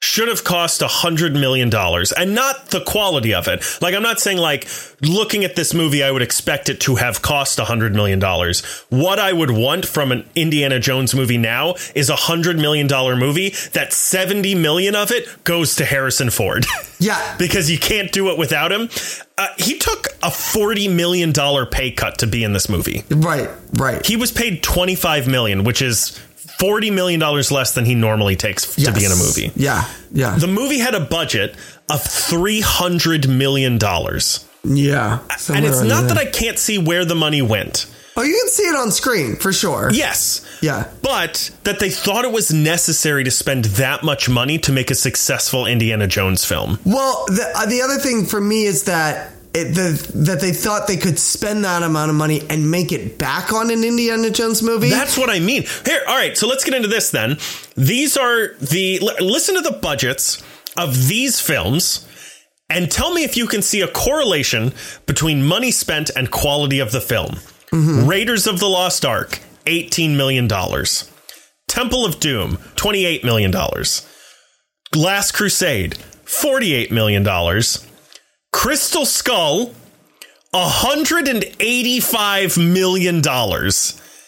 [SPEAKER 1] Should have cost a hundred million dollars, and not the quality of it. Like I'm not saying like looking at this movie, I would expect it to have cost a hundred million dollars. What I would want from an Indiana Jones movie now is a hundred million dollar movie that seventy million of it goes to Harrison Ford.
[SPEAKER 2] Yeah.
[SPEAKER 1] because you can't do it without him. Uh, he took a forty million dollar pay cut to be in this movie.
[SPEAKER 2] Right. Right.
[SPEAKER 1] He was paid twenty five million, which is forty million dollars less than he normally takes to be in a
[SPEAKER 2] Yes.
[SPEAKER 1] movie.
[SPEAKER 2] Yeah, yeah,
[SPEAKER 1] The movie had a budget of three hundred million dollars,
[SPEAKER 2] yeah.
[SPEAKER 1] and
[SPEAKER 2] Somewhere
[SPEAKER 1] it's
[SPEAKER 2] around
[SPEAKER 1] not
[SPEAKER 2] there.
[SPEAKER 1] that I can't see where the money went.
[SPEAKER 2] Oh, you can see it on screen for sure.
[SPEAKER 1] Yes.
[SPEAKER 2] yeah,
[SPEAKER 1] But that they thought it was necessary to spend that much money to make a successful Indiana Jones film.
[SPEAKER 2] Well, the uh, the other thing for me is that. It, the, that they thought they could spend that amount of money and make it back on an Indiana Jones movie.
[SPEAKER 1] That's what I mean. Here, all right, so let's get into this then. These are the l- listen to the budgets of these films and tell me if you can see a correlation between money spent and quality of the film. Raiders of the Lost Ark, 18 million dollars. Temple of Doom, 28 million dollars. Last Crusade, $48 million. Crystal Skull, $185 million.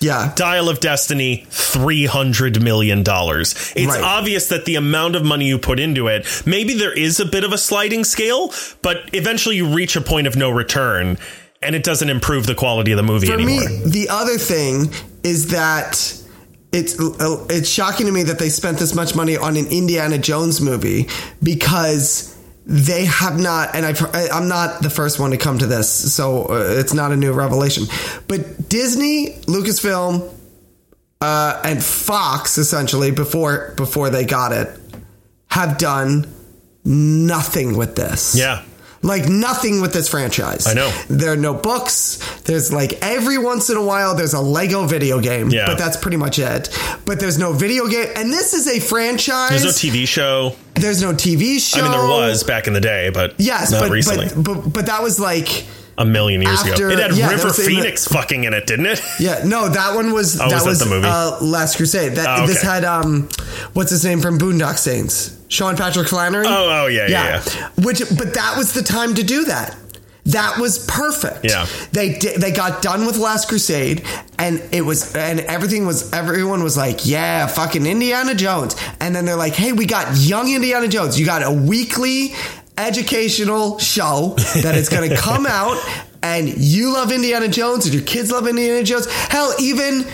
[SPEAKER 2] Yeah.
[SPEAKER 1] Dial of Destiny, $300 million. It's
[SPEAKER 2] Right.
[SPEAKER 1] obvious that the amount of money you put into it, maybe there is a bit of a sliding scale, but eventually you reach a point of no return and it doesn't improve the quality of the movie
[SPEAKER 2] For
[SPEAKER 1] anymore.
[SPEAKER 2] me, the other thing is that it's uh, it's shocking to me that they spent this much money on an Indiana Jones movie because they have not and I've, I- I'm not the first one to come to this so uh, it's not a new revelation but Disney Lucasfilm uh, and Fox essentially before before they got it have done nothing with this
[SPEAKER 1] yeah.
[SPEAKER 2] like nothing with this franchise.
[SPEAKER 1] I know.
[SPEAKER 2] There are no books. There's like every once in a while there's a Lego video game,
[SPEAKER 1] Yeah.
[SPEAKER 2] but that's pretty much it. But there's no video game, and this is a franchise.
[SPEAKER 1] There's no TV show.
[SPEAKER 2] There's no TV show.
[SPEAKER 1] I mean, there was back in the day, but
[SPEAKER 2] Yes,
[SPEAKER 1] not
[SPEAKER 2] but,
[SPEAKER 1] recently.
[SPEAKER 2] but but but that was like
[SPEAKER 1] a million years ago.
[SPEAKER 2] after-
[SPEAKER 1] It had
[SPEAKER 2] yeah, that
[SPEAKER 1] River
[SPEAKER 2] was in the-
[SPEAKER 1] Phoenix fucking in it, didn't it?
[SPEAKER 2] yeah no that one was that
[SPEAKER 1] Oh, was that
[SPEAKER 2] was
[SPEAKER 1] the movie?
[SPEAKER 2] Uh, Last Crusade. That
[SPEAKER 1] Oh,
[SPEAKER 2] this
[SPEAKER 1] okay.
[SPEAKER 2] had um what's his name from Boondock Saints Sean Patrick Flannery.
[SPEAKER 1] Oh, oh yeah, yeah, yeah.
[SPEAKER 2] Which, but that was the time to do that. That was perfect.
[SPEAKER 1] Yeah.
[SPEAKER 2] They di- they got done with Last Crusade, and it was and everything was everyone was like, yeah, fucking Indiana Jones. And then they're like, hey, we got young Indiana Jones. You got a weekly educational show that is going to come out, and you love Indiana Jones, and your kids love Indiana Jones. Hell, even.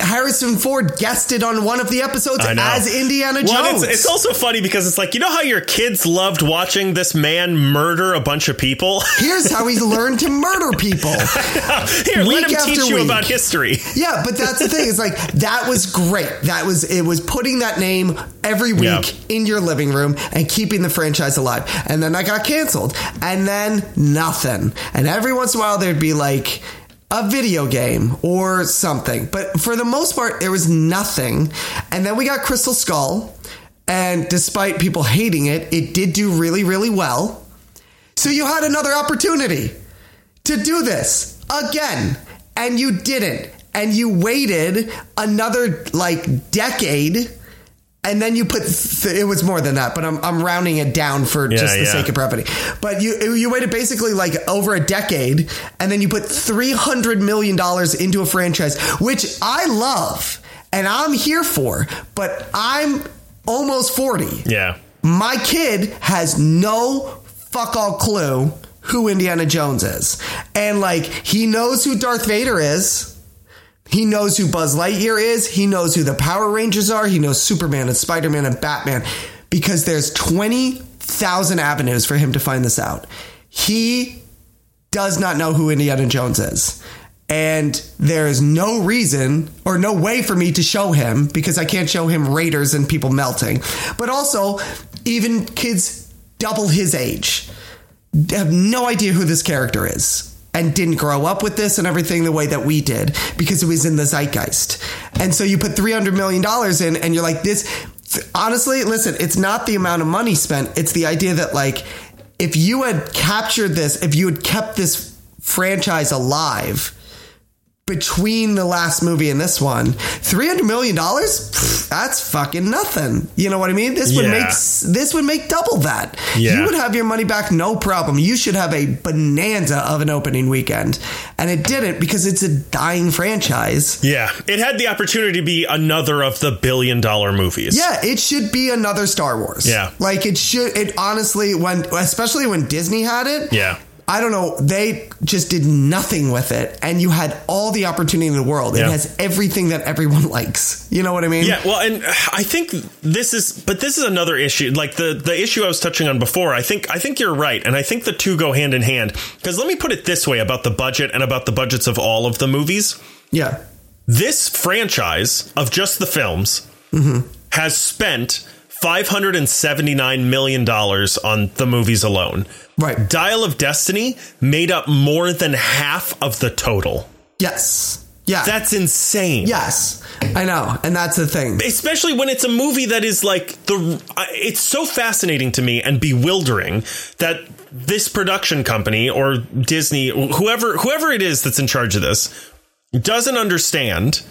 [SPEAKER 2] Harrison Ford guested on one of the episodes
[SPEAKER 1] I know.
[SPEAKER 2] as Indiana Jones.
[SPEAKER 1] Well, and it's, it's also funny because it's like you know how your kids loved watching this man murder a bunch of people.
[SPEAKER 2] Here's how he learned to murder people.
[SPEAKER 1] Here,
[SPEAKER 2] Week
[SPEAKER 1] let him
[SPEAKER 2] after
[SPEAKER 1] teach you
[SPEAKER 2] week.
[SPEAKER 1] about history.
[SPEAKER 2] Yeah, but that's the thing. It's like that was great. That was it was putting that name every week
[SPEAKER 1] Yeah.
[SPEAKER 2] in your living room and keeping the franchise alive. And then I got canceled. And then nothing. And every once in a while there'd be like a video game or something. But for the most part there was nothing. And then we got Crystal Skull and despite people hating it, it did do really really well. So you had another opportunity to do this again, and you didn't. And you waited another like decade, and then you put th- it was more than that, but I'm, I'm rounding it down for just the
[SPEAKER 1] yeah.
[SPEAKER 2] sake of brevity. But you you waited basically like over a decade, and then you put three hundred million dollars into a franchise, which I love and I'm here for. But I'm almost forty
[SPEAKER 1] Yeah,
[SPEAKER 2] my kid has no fuck all clue who Indiana Jones is. And like, he knows who Darth Vader is. He knows who Buzz Lightyear is. He knows who the Power Rangers are. He knows Superman and Spider Man and Batman because there's 20,000 avenues for him to find this out. He does not know who Indiana Jones is. And there is no reason or no way for me to show him because I can't show him Raiders and people melting. But also, even kids double his age have no idea who this character is and didn't grow up with this and everything the way that we did because it was in the zeitgeist. And so you put $300 million in and you're like, this, honestly, listen, it's not the amount of money spent. It's the idea that, like, if you had captured this, if you had kept this franchise alive, between the last movie and this one, three hundred million dollars. That's fucking nothing. You know what I mean? This would
[SPEAKER 1] Yeah.
[SPEAKER 2] make s- this would make double that.
[SPEAKER 1] Yeah.
[SPEAKER 2] You would have your money back, no problem. You should have a bonanza of an opening weekend, and it didn't because it's a dying franchise.
[SPEAKER 1] yeah. It had the opportunity to be another of the billion dollar movies.
[SPEAKER 2] Yeah, it should be another Star Wars.
[SPEAKER 1] Yeah.
[SPEAKER 2] like it should. It honestly, when especially when Disney had it.
[SPEAKER 1] Yeah.
[SPEAKER 2] I don't know. They just did nothing with it, and you had all the opportunity in the world. It
[SPEAKER 1] Yeah.
[SPEAKER 2] has everything that everyone likes. You know what I mean?
[SPEAKER 1] Yeah, well, and I think this is, but this is another issue. Like the the issue I was touching on before. I think I think you're right, and I think the two go hand in hand. Because let me put it this way about the budget and about the budgets of all of the movies.
[SPEAKER 2] Yeah.
[SPEAKER 1] This franchise of just the films has spent five hundred and seventy nine million dollars on the movies alone.
[SPEAKER 2] Right.
[SPEAKER 1] Dial of Destiny made up more than half of the total.
[SPEAKER 2] Yes. Yeah.
[SPEAKER 1] That's insane.
[SPEAKER 2] yes. I know. And that's the thing.
[SPEAKER 1] especially when it's a movie that is like the I- it's so fascinating to me and bewildering that this production company or Disney whoever whoever it is that's in charge of this doesn't understand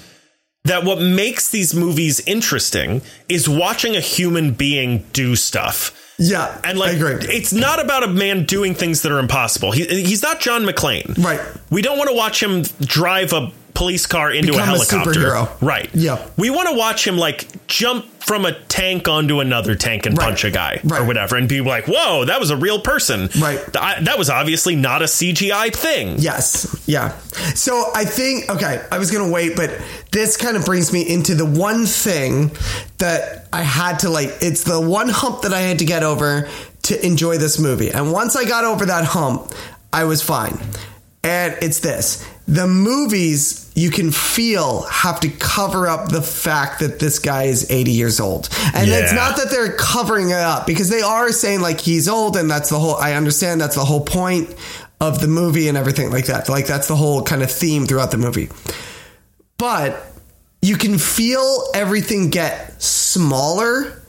[SPEAKER 1] that what makes these movies interesting is watching a human being do stuff.
[SPEAKER 2] Yeah,
[SPEAKER 1] And like,
[SPEAKER 2] I agree.
[SPEAKER 1] it's not about a man doing things that are impossible. He, he's not John McClane.
[SPEAKER 2] Right.
[SPEAKER 1] We don't want to watch him drive a police car into
[SPEAKER 2] Become
[SPEAKER 1] a
[SPEAKER 2] a
[SPEAKER 1] helicopter.
[SPEAKER 2] superhero.
[SPEAKER 1] Right.
[SPEAKER 2] Yeah.
[SPEAKER 1] We want to watch him like jump from a tank onto another tank and
[SPEAKER 2] Right.
[SPEAKER 1] punch a guy
[SPEAKER 2] Right.
[SPEAKER 1] or whatever, and be like, "Whoa, that was a real person.
[SPEAKER 2] Right.
[SPEAKER 1] Th- I- that was obviously not a CGI thing."
[SPEAKER 2] Yes. Yeah. So I think okay, I was gonna wait, but this kind of brings me into the one thing that I had to like it's the one hump that I had to get over to enjoy this movie. And once I got over that hump, I was fine. And it's this. The movies you can feel have to cover up the fact that this guy is 80 years old. And it's
[SPEAKER 1] Yeah.
[SPEAKER 2] not that they're covering it up because they are saying like he's old and that's the whole I understand that's the whole point of the movie and everything like that. Like that's the whole kind of theme throughout the movie. But you can feel everything get smaller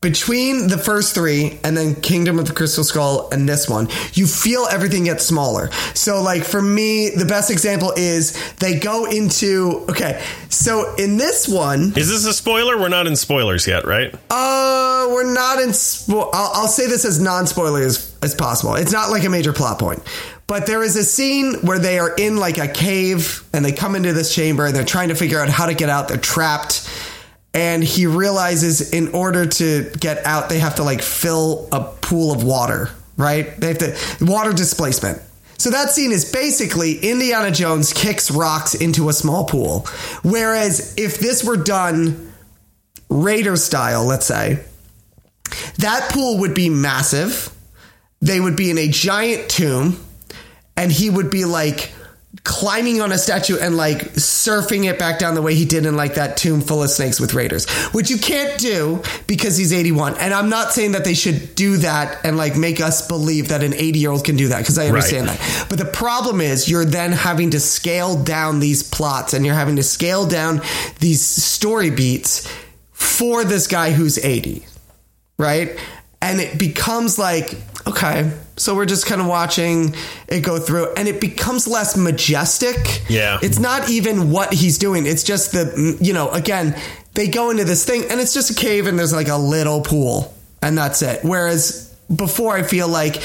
[SPEAKER 2] between the first three and then Kingdom of the Crystal Skull and this one, you feel everything gets smaller. So, like, for me, the best example is they go into, okay, so in this one,
[SPEAKER 1] Is this a spoiler? We're not in spoilers yet, right?
[SPEAKER 2] uh, we're not in. Spo- I'll, I'll say this as non-spoiler as, as possible. It's not like a major plot point, but there is a scene where they are in like a cave and they come into this chamber and they're trying to figure out how to get out. They're trapped, and he realizes in order to get out, they have to like fill a pool of water. Right? They have to water displacement. So that scene is basically Indiana Jones kicks rocks into a small pool. Whereas if this were done Raider style, let's say, that pool would be massive. They would be in a giant tomb, and he would be like climbing on a statue and like surfing it back down the way he did in like that tomb full of snakes with raiders, which you can't do because he's 81. And I'm not saying that they should do that and like make us believe that an 80 year old can do that because I understand
[SPEAKER 1] Right.
[SPEAKER 2] that. But the problem is you're then having to scale down these plots and you're having to scale down these story beats for this guy who's 80 right? And it becomes like, okay, so we're just kind of watching it go through and it becomes less majestic.
[SPEAKER 1] Yeah.
[SPEAKER 2] It's not even what he's doing. It's just the, you know, again, they go into this thing and it's just a cave and there's like a little pool and that's it. Whereas before, I feel like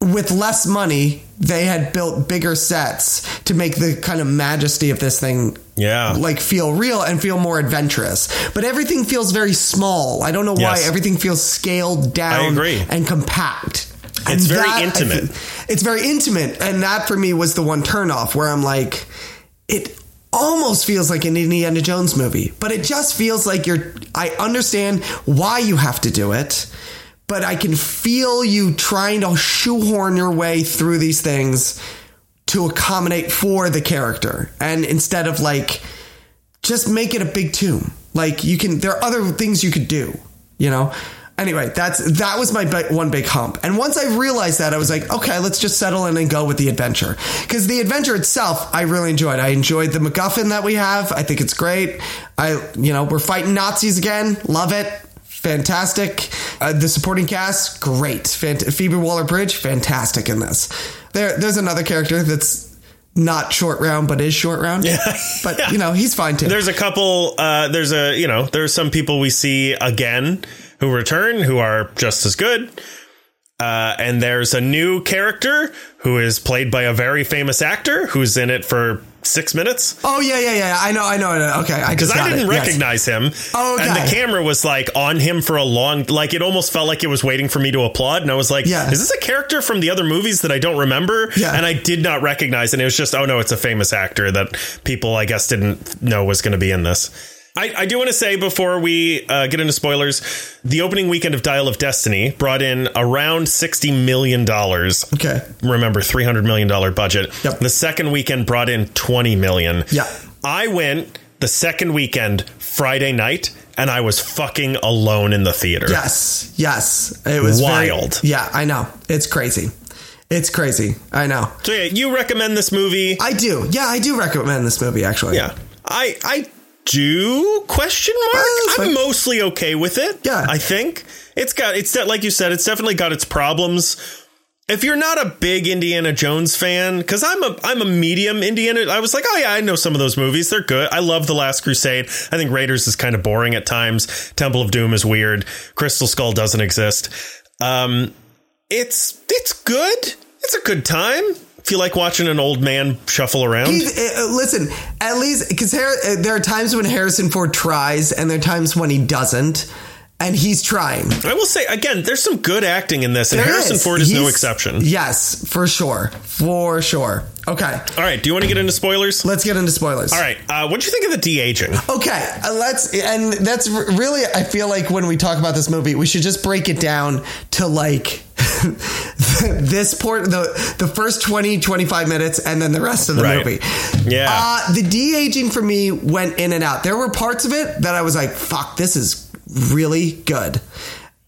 [SPEAKER 2] with less money, they had built bigger sets to make the kind of majesty of this thing
[SPEAKER 1] Yeah.
[SPEAKER 2] like feel real and feel more adventurous. But everything feels very small. I don't know why
[SPEAKER 1] Yes.
[SPEAKER 2] everything feels scaled down
[SPEAKER 1] agree.
[SPEAKER 2] and compact.
[SPEAKER 1] It's
[SPEAKER 2] And
[SPEAKER 1] very
[SPEAKER 2] I
[SPEAKER 1] intimate.
[SPEAKER 2] think- it's very intimate, and that for me was the one turnoff where I'm like, it almost feels like an Indiana Jones movie, but it just feels like you're. I understand why you have to do it, but I can feel you trying to shoehorn your way through these things to accommodate for the character, and instead of like, just make it a big tomb. Like you can, there are other things you could do. You know. Anyway, that's that was my big, one big hump. And once I realized that, I was like, okay, let's just settle in and go with the adventure because the adventure itself, I really enjoyed. I enjoyed the MacGuffin that we have. I think it's great. I, you know, we're fighting Nazis again. Love it fantastic. Uh, the supporting cast, great. Fant- Phoebe Waller Bridge, fantastic in this. There, there's another character that's not short round, but is short round. Yeah. But you know, he's fine too.
[SPEAKER 1] There's a couple. Uh, there's a you know there's some people we see again who return who are just as good. Uh, and there's a new character who is played by a very famous actor who's in it for six minutes.
[SPEAKER 2] oh yeah, yeah, yeah. I know, I know. I know. Okay, I just
[SPEAKER 1] Because I
[SPEAKER 2] got
[SPEAKER 1] didn't
[SPEAKER 2] it. Yes.
[SPEAKER 1] recognize him.
[SPEAKER 2] Oh,
[SPEAKER 1] And
[SPEAKER 2] okay.
[SPEAKER 1] the camera was like on him for a long, like it almost felt like it was waiting for me to applaud. And I was like,
[SPEAKER 2] Yeah.
[SPEAKER 1] is this a character from the other movies that I don't remember?
[SPEAKER 2] Yeah.
[SPEAKER 1] And I did not recognize. And it was just, oh no, it's a famous actor that people, I guess, didn't know was going to be in this. I, I do want to say before we uh, get into spoilers, the opening weekend of Dial of Destiny brought in around $60 million
[SPEAKER 2] Okay.
[SPEAKER 1] remember 300 million dollar budget
[SPEAKER 2] Yep.
[SPEAKER 1] the second weekend brought in 20 million
[SPEAKER 2] Yeah.
[SPEAKER 1] i went the second weekend friday night and i was fucking alone in the theater
[SPEAKER 2] Yes, yes. It was very-
[SPEAKER 1] Wild.
[SPEAKER 2] yeah, I know. It's crazy. It's crazy. I know.
[SPEAKER 1] so yeah you recommend this movie
[SPEAKER 2] I do. Yeah, I do recommend this movie actually.
[SPEAKER 1] yeah i i do question mark
[SPEAKER 2] Well, it's
[SPEAKER 1] i'm
[SPEAKER 2] fine.
[SPEAKER 1] mostly okay with it
[SPEAKER 2] Yeah.
[SPEAKER 1] i think it's got it's de- like you said it's definitely got its problems if you're not a big Indiana Jones fan, because I'm a I'm a medium Indiana. I was like, oh yeah, I know some of those movies. They're good. I love The Last Crusade. I think Raiders is kind of boring at times. Temple of Doom is weird. Crystal Skull doesn't exist. Um, it's it's good. It's a good time if you like watching an old man shuffle around.
[SPEAKER 2] He's, uh, uh, listen, at least because uh, there are times when Harrison Ford tries, and there are times when he doesn't, and he's trying.
[SPEAKER 1] I will say again, there's some good acting in this, and
[SPEAKER 2] There
[SPEAKER 1] Harrison Ford is no
[SPEAKER 2] He's-
[SPEAKER 1] exception.
[SPEAKER 2] Yes, for sure, for sure. Okay,
[SPEAKER 1] All right, do you want to get into spoilers?
[SPEAKER 2] let's get into spoilers.
[SPEAKER 1] All right, uh, what do you think of the de aging?
[SPEAKER 2] Okay, uh, let's and that's r- really I feel like when we talk about this movie, we should just break it down to like this port the the first 20 25 minutes and then the rest of the
[SPEAKER 1] Right.
[SPEAKER 2] movie.
[SPEAKER 1] Yeah.
[SPEAKER 2] Uh the de-aging for me went in and out. There were parts of it that I was like, fuck, this is really good.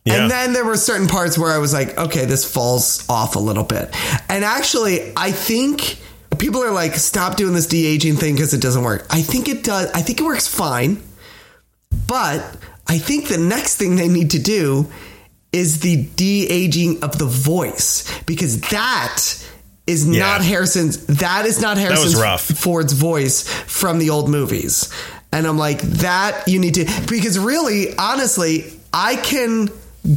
[SPEAKER 1] Yeah.
[SPEAKER 2] And then there were certain parts where I was like, okay, this falls off a little bit. And actually, I think people are like, stop doing this de aging thing because it doesn't work. I think it does. I think it works fine. But I think the next thing they need to do is the de aging of the voice because that is
[SPEAKER 1] Yeah.
[SPEAKER 2] not Harrison's. That is not
[SPEAKER 1] was
[SPEAKER 2] Harrison's
[SPEAKER 1] rough.
[SPEAKER 2] Ford's voice from the old movies. And I'm like, that you need to, because really, honestly, I can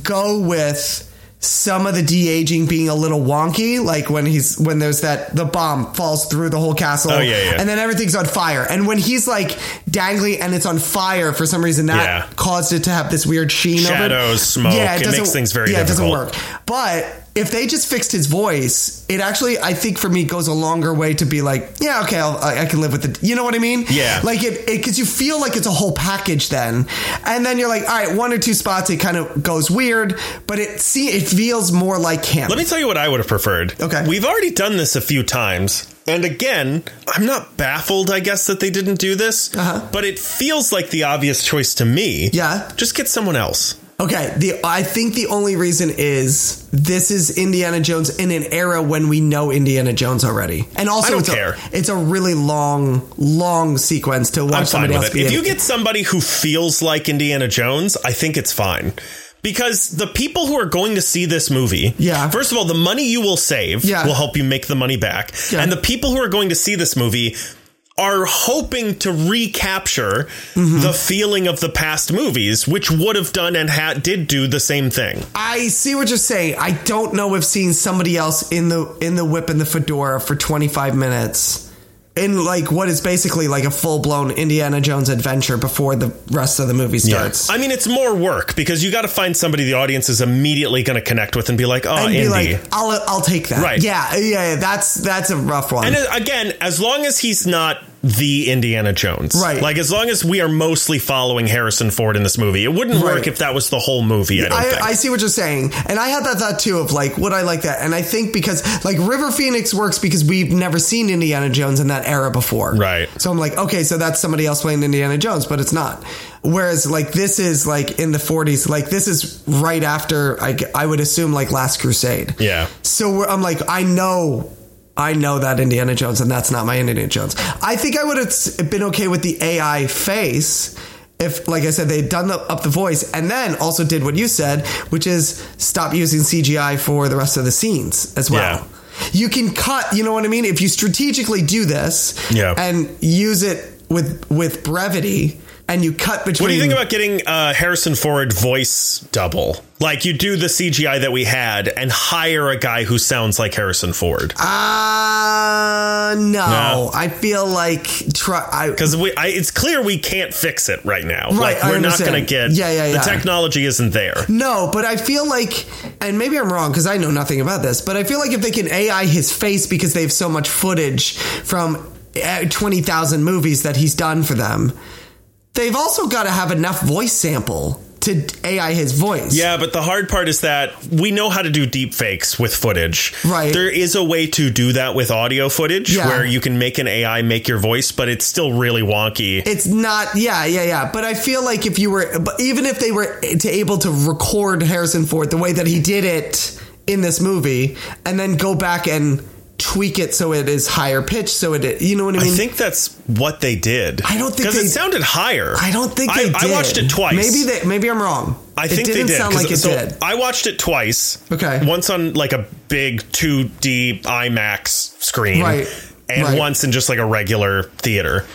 [SPEAKER 2] go with some of the de aging being a little wonky, like when he's, when there's that, the bomb falls through the whole castle.
[SPEAKER 1] Oh, yeah, yeah.
[SPEAKER 2] And then everything's on fire. And when he's like dangling and it's on fire for some reason, that
[SPEAKER 1] Yeah.
[SPEAKER 2] caused it to have this weird sheen of it.
[SPEAKER 1] Shadows, smoke, it makes
[SPEAKER 2] doesn't-
[SPEAKER 1] things very
[SPEAKER 2] yeah, it
[SPEAKER 1] difficult.
[SPEAKER 2] doesn't work. But if they just fixed his voice, it actually, I think for me, goes a longer way to be like, yeah, okay, I'll, I, I can live with it. You know what I mean?
[SPEAKER 1] Yeah.
[SPEAKER 2] Like it, because you feel like it's a whole package then, and then you're like, all right, one or two spots, it kind of goes weird, but it see, it feels more like him.
[SPEAKER 1] Let me tell you what I would have preferred.
[SPEAKER 2] Okay.
[SPEAKER 1] We've already done this a few times. And again, I'm not baffled, I guess, that they didn't do this,
[SPEAKER 2] Uh-huh.
[SPEAKER 1] but it feels like the obvious choice to me.
[SPEAKER 2] Yeah.
[SPEAKER 1] Just get someone else.
[SPEAKER 2] Okay, the I think the only reason is this is Indiana Jones in an era when we know Indiana Jones already, and also
[SPEAKER 1] I don't
[SPEAKER 2] it's a-
[SPEAKER 1] care.
[SPEAKER 2] it's a really long, long sequence to watch
[SPEAKER 1] I'm fine
[SPEAKER 2] somebody
[SPEAKER 1] with
[SPEAKER 2] else
[SPEAKER 1] it.
[SPEAKER 2] be.
[SPEAKER 1] If
[SPEAKER 2] in.
[SPEAKER 1] you get somebody who feels like Indiana Jones, I think it's fine. Because the people who are going to see this movie,
[SPEAKER 2] Yeah.
[SPEAKER 1] first of all, the money you will save
[SPEAKER 2] Yeah.
[SPEAKER 1] will help you make the money back.
[SPEAKER 2] Yeah.
[SPEAKER 1] And the people who are going to see this movie are hoping to recapture
[SPEAKER 2] Mm-hmm.
[SPEAKER 1] the feeling of the past movies, which would have done and ha- did do the same thing.
[SPEAKER 2] I see what you're saying. I don't know if seeing somebody else in the in the whip and the fedora for 25 minutes in like what is basically like a full blown Indiana Jones adventure before the rest of the movie starts.
[SPEAKER 1] I mean, it's more work because you got to find somebody the audience is immediately going to connect with and be like, oh,
[SPEAKER 2] And
[SPEAKER 1] Indy.
[SPEAKER 2] be like, I'll I'll take that.
[SPEAKER 1] Right.
[SPEAKER 2] Yeah, yeah, yeah, that's that's a rough one.
[SPEAKER 1] And uh, again, as long as he's not the Indiana Jones,
[SPEAKER 2] Right.
[SPEAKER 1] Like as long as we are mostly following Harrison Ford in this movie, it wouldn't work
[SPEAKER 2] Right.
[SPEAKER 1] if that was the whole movie. I don't
[SPEAKER 2] I,
[SPEAKER 1] think.
[SPEAKER 2] I see what you're saying, and I had that thought too of like, would I like that? And I think because like River Phoenix works because we've never seen Indiana Jones in that era before,
[SPEAKER 1] Right.
[SPEAKER 2] So I'm like, okay, so that's somebody else playing Indiana Jones, but it's not. Whereas like this is like in the 40s, like this is right after I, g- I would assume like Last Crusade.
[SPEAKER 1] yeah.
[SPEAKER 2] So we're, I'm like, I know, I know that Indiana Jones, and that's not my Indiana Jones. I think I would have s- been okay with the AI face if, like I said, they'd done the, up the voice and then also did what you said, which is stop using CGI for the rest of the scenes as well.
[SPEAKER 1] Yeah.
[SPEAKER 2] You can cut, you know what I mean? If you strategically do this
[SPEAKER 1] Yeah.
[SPEAKER 2] and use it with with brevity and you cut between
[SPEAKER 1] What do you think about getting uh, Harrison Ford voice double? Like you do the CGI that we had and hire a guy who sounds like Harrison Ford
[SPEAKER 2] uh no.
[SPEAKER 1] No.
[SPEAKER 2] I feel like try I
[SPEAKER 1] because we I, it's clear we can't fix it right now.
[SPEAKER 2] Right,
[SPEAKER 1] like
[SPEAKER 2] I
[SPEAKER 1] we're not
[SPEAKER 2] understand.
[SPEAKER 1] going to get
[SPEAKER 2] Yeah, yeah,
[SPEAKER 1] the
[SPEAKER 2] yeah.
[SPEAKER 1] technology isn't there.
[SPEAKER 2] No, but I feel like, and maybe I'm wrong because I know nothing about this, but I feel like if they can AI his face because they have so much footage from uh, 20,000 movies that he's done for them, they've also got to have enough voice sample to AI his voice.
[SPEAKER 1] Yeah, but the hard part is that we know how to do deep fakes with footage.
[SPEAKER 2] Right.
[SPEAKER 1] There is a way to do that with audio footage
[SPEAKER 2] Yeah.
[SPEAKER 1] where you can make an AI make your voice, but it's still really wonky.
[SPEAKER 2] It's not, yeah, yeah, yeah. But I feel like if you were, but even if they were to able to record Harrison Ford the way that he did it in this movie, and then go back and tweak it so it is higher pitched, so it, you know what I
[SPEAKER 1] I
[SPEAKER 2] mean?
[SPEAKER 1] think that's what they did.
[SPEAKER 2] I don't think
[SPEAKER 1] because it
[SPEAKER 2] they-
[SPEAKER 1] sounded higher.
[SPEAKER 2] I don't think
[SPEAKER 1] I,
[SPEAKER 2] they
[SPEAKER 1] I
[SPEAKER 2] did.
[SPEAKER 1] watched it twice.
[SPEAKER 2] Maybe they, maybe I'm wrong.
[SPEAKER 1] I think
[SPEAKER 2] it didn't
[SPEAKER 1] they did.
[SPEAKER 2] sound
[SPEAKER 1] 'cause-
[SPEAKER 2] like it
[SPEAKER 1] so
[SPEAKER 2] did.
[SPEAKER 1] I watched it twice.
[SPEAKER 2] Okay.
[SPEAKER 1] Once on like a big 2D IMAX screen.
[SPEAKER 2] Right.
[SPEAKER 1] And
[SPEAKER 2] Right.
[SPEAKER 1] once in just like a regular theater.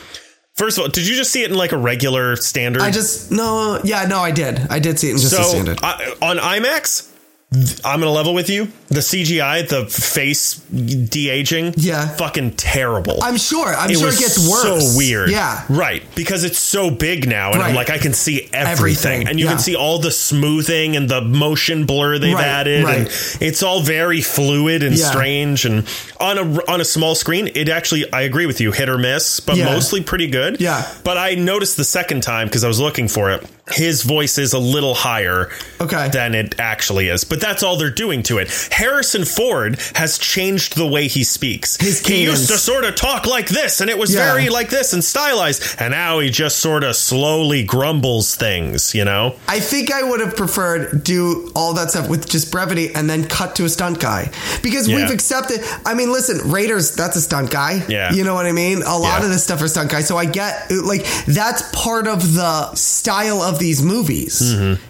[SPEAKER 1] First of all, did you just see it in like a regular standard?
[SPEAKER 2] I just no, yeah, no, I did. I did see it in just
[SPEAKER 1] so
[SPEAKER 2] a standard.
[SPEAKER 1] I, on IMAX, th- I'm gonna level with you. The CGI, the face de aging,
[SPEAKER 2] Yeah.
[SPEAKER 1] fucking terrible.
[SPEAKER 2] I'm sure. I'm sure it gets worse.
[SPEAKER 1] So weird.
[SPEAKER 2] Yeah.
[SPEAKER 1] Right. Because it's so big now, and I'm
[SPEAKER 2] Right.
[SPEAKER 1] like, I can see everything,
[SPEAKER 2] Everything,
[SPEAKER 1] and you
[SPEAKER 2] yeah.
[SPEAKER 1] can see all the smoothing and the motion blur they've
[SPEAKER 2] Right,
[SPEAKER 1] added, and
[SPEAKER 2] right.
[SPEAKER 1] it's all very fluid and
[SPEAKER 2] Yeah.
[SPEAKER 1] strange. And on a on a small screen, it actually, I agree with you, hit or miss, but
[SPEAKER 2] Yeah.
[SPEAKER 1] mostly pretty good.
[SPEAKER 2] Yeah.
[SPEAKER 1] But I noticed the second time because I was looking for it. His voice is a little higher
[SPEAKER 2] Okay.
[SPEAKER 1] than it actually is, but that's all they're doing to it. Harrison Ford has changed the way he speaks.
[SPEAKER 2] His
[SPEAKER 1] he used
[SPEAKER 2] cadence.
[SPEAKER 1] to sort of talk like this, and it was
[SPEAKER 2] Yeah.
[SPEAKER 1] very like this and stylized. And now he just sort of slowly grumbles things, you know?
[SPEAKER 2] I think I would have preferred do all that stuff with just brevity and then cut to a stunt guy because
[SPEAKER 1] Yeah.
[SPEAKER 2] we've accepted. I mean, listen, Raiders that's a stunt guy.
[SPEAKER 1] Yeah.
[SPEAKER 2] you know what I mean. A lot
[SPEAKER 1] Yeah.
[SPEAKER 2] of this stuff are stunt guys, so I get like that's part of the style of these movies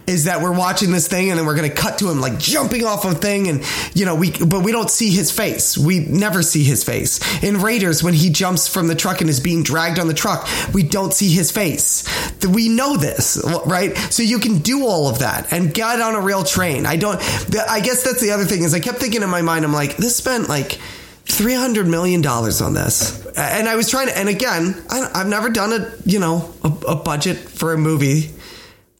[SPEAKER 2] is that we're watching this thing and then we're going to cut to him like jumping off a thing and you know we but we don't see his face. We never see his face in Raiders when he jumps from the truck and is being dragged on the truck. We don't see his face. Th- We know this, right? So you can do all of that and get on a real train. I don't. th- I guess that's the other thing is I kept thinking in my mind. I'm like, this spent like. Three hundred million dollars on this, and I was trying to. And again, I, I've never done a you know a, a budget for a movie,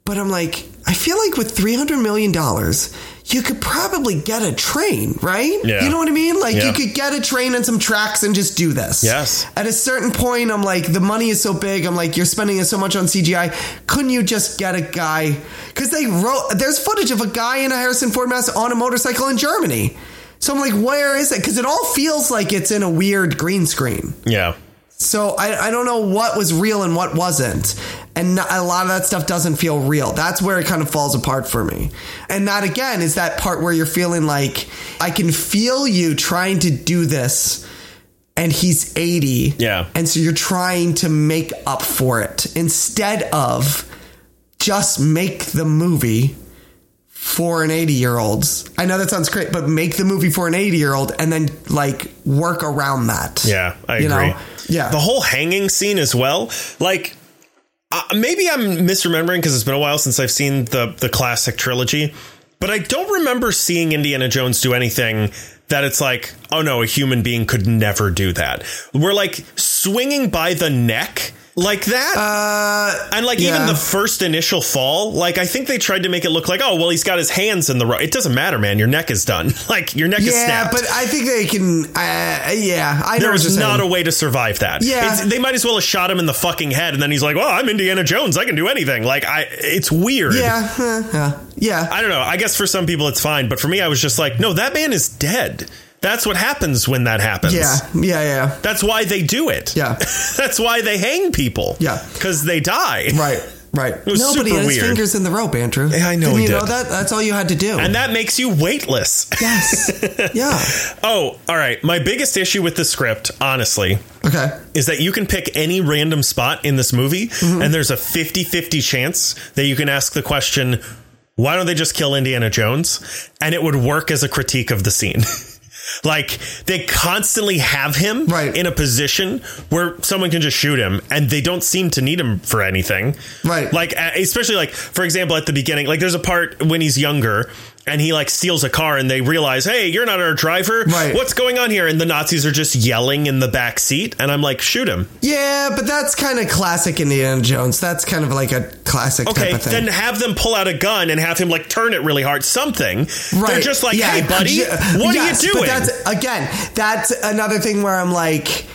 [SPEAKER 2] but I'm like, I feel like with three hundred million dollars, you could probably get a train, right?
[SPEAKER 1] Yeah.
[SPEAKER 2] You know what I mean? Like
[SPEAKER 1] Yeah.
[SPEAKER 2] you could get a train and some tracks and just do this.
[SPEAKER 1] Yes.
[SPEAKER 2] At a certain point, I'm like, the money is so big. I'm like, you're spending so much on CGI. Couldn't you just get a guy? Because they wrote, there's footage of a guy in a Harrison Ford mask on a motorcycle in Germany. So I'm like, where is it? Because it all feels like it's in a weird green screen.
[SPEAKER 1] Yeah.
[SPEAKER 2] So I, I don't know what was real and what wasn't. And not, a lot of that stuff doesn't feel real. That's where it kind of falls apart for me. And that again is that part where you're feeling like I can feel you trying to do this and he's 80.
[SPEAKER 1] Yeah.
[SPEAKER 2] And so you're trying to make up for it instead of just make the movie for an 80 year old. I know that sounds great, but make the movie for an 80 year old and then like work around that.
[SPEAKER 1] Yeah, I
[SPEAKER 2] You know?
[SPEAKER 1] agree.
[SPEAKER 2] Yeah.
[SPEAKER 1] The whole hanging scene as well. Like, uh, maybe I'm misremembering because it's been a while since I've seen the, the classic trilogy, but I don't remember seeing Indiana Jones do anything that it's like, oh no, a human being could never do that. We're like swinging by the neck like that. and like
[SPEAKER 2] Uh, yeah.
[SPEAKER 1] even the first initial fall, like I think they tried to make it look like, oh, well, he's got his hands in the row. It doesn't matter, man. Your neck is done. like your neck is
[SPEAKER 2] Yeah,
[SPEAKER 1] snapped.
[SPEAKER 2] but I think they can. Uh, yeah, I know
[SPEAKER 1] There
[SPEAKER 2] what you're
[SPEAKER 1] was not a
[SPEAKER 2] saying.
[SPEAKER 1] way to survive that.
[SPEAKER 2] Yeah.
[SPEAKER 1] It's- they might as well have shot him in the fucking head, and then he's like, "Well, I'm Indiana Jones. I can do anything." Like, I, it's weird.
[SPEAKER 2] yeah, huh, yeah, yeah.
[SPEAKER 1] I don't know. I guess for some people it's fine, but for me, I was just like, "No, that man is dead." That's what happens when that happens.
[SPEAKER 2] yeah, yeah, yeah,
[SPEAKER 1] That's why they do it.
[SPEAKER 2] Yeah.
[SPEAKER 1] That's why they hang people.
[SPEAKER 2] Yeah.
[SPEAKER 1] Because they die.
[SPEAKER 2] Right, right.
[SPEAKER 1] was
[SPEAKER 2] no, but he
[SPEAKER 1] super
[SPEAKER 2] had his
[SPEAKER 1] weird.
[SPEAKER 2] fingers in the rope, Andrew.
[SPEAKER 1] Yeah, I know
[SPEAKER 2] Didn't
[SPEAKER 1] he
[SPEAKER 2] you
[SPEAKER 1] did.
[SPEAKER 2] know that? That's all you had to do.
[SPEAKER 1] And that makes you weightless.
[SPEAKER 2] yes, yeah.
[SPEAKER 1] oh, all right. My biggest issue with the script, honestly,
[SPEAKER 2] Okay,
[SPEAKER 1] is that you can pick any random spot in this movie
[SPEAKER 2] Mm-hmm.
[SPEAKER 1] and there's a 50-50 chance that you can ask the question why don't they just kill indiana jones and it would work as a critique of the scene like they constantly have him
[SPEAKER 2] Right.
[SPEAKER 1] in a position where someone can just shoot him and they don't seem to need him for anything
[SPEAKER 2] Right.
[SPEAKER 1] like uh, especially like for example at the beginning like there's a part when he's younger and he like steals a car and they realize hey you're not our driver
[SPEAKER 2] Right.
[SPEAKER 1] what's going on here and the nazis are just yelling in the back seat and i'm like shoot him
[SPEAKER 2] yeah, but that's kind of classic Indiana Jones. That's kind of like a classic
[SPEAKER 1] Okay,
[SPEAKER 2] type of thing.
[SPEAKER 1] then have them pull out a gun and have him like turn it really hard. Something.
[SPEAKER 2] Right.
[SPEAKER 1] They're just like, hey, buddy,
[SPEAKER 2] Yeah.
[SPEAKER 1] what
[SPEAKER 2] Yes,
[SPEAKER 1] are you
[SPEAKER 2] But
[SPEAKER 1] doing?
[SPEAKER 2] that's again, that's another thing where I'm like,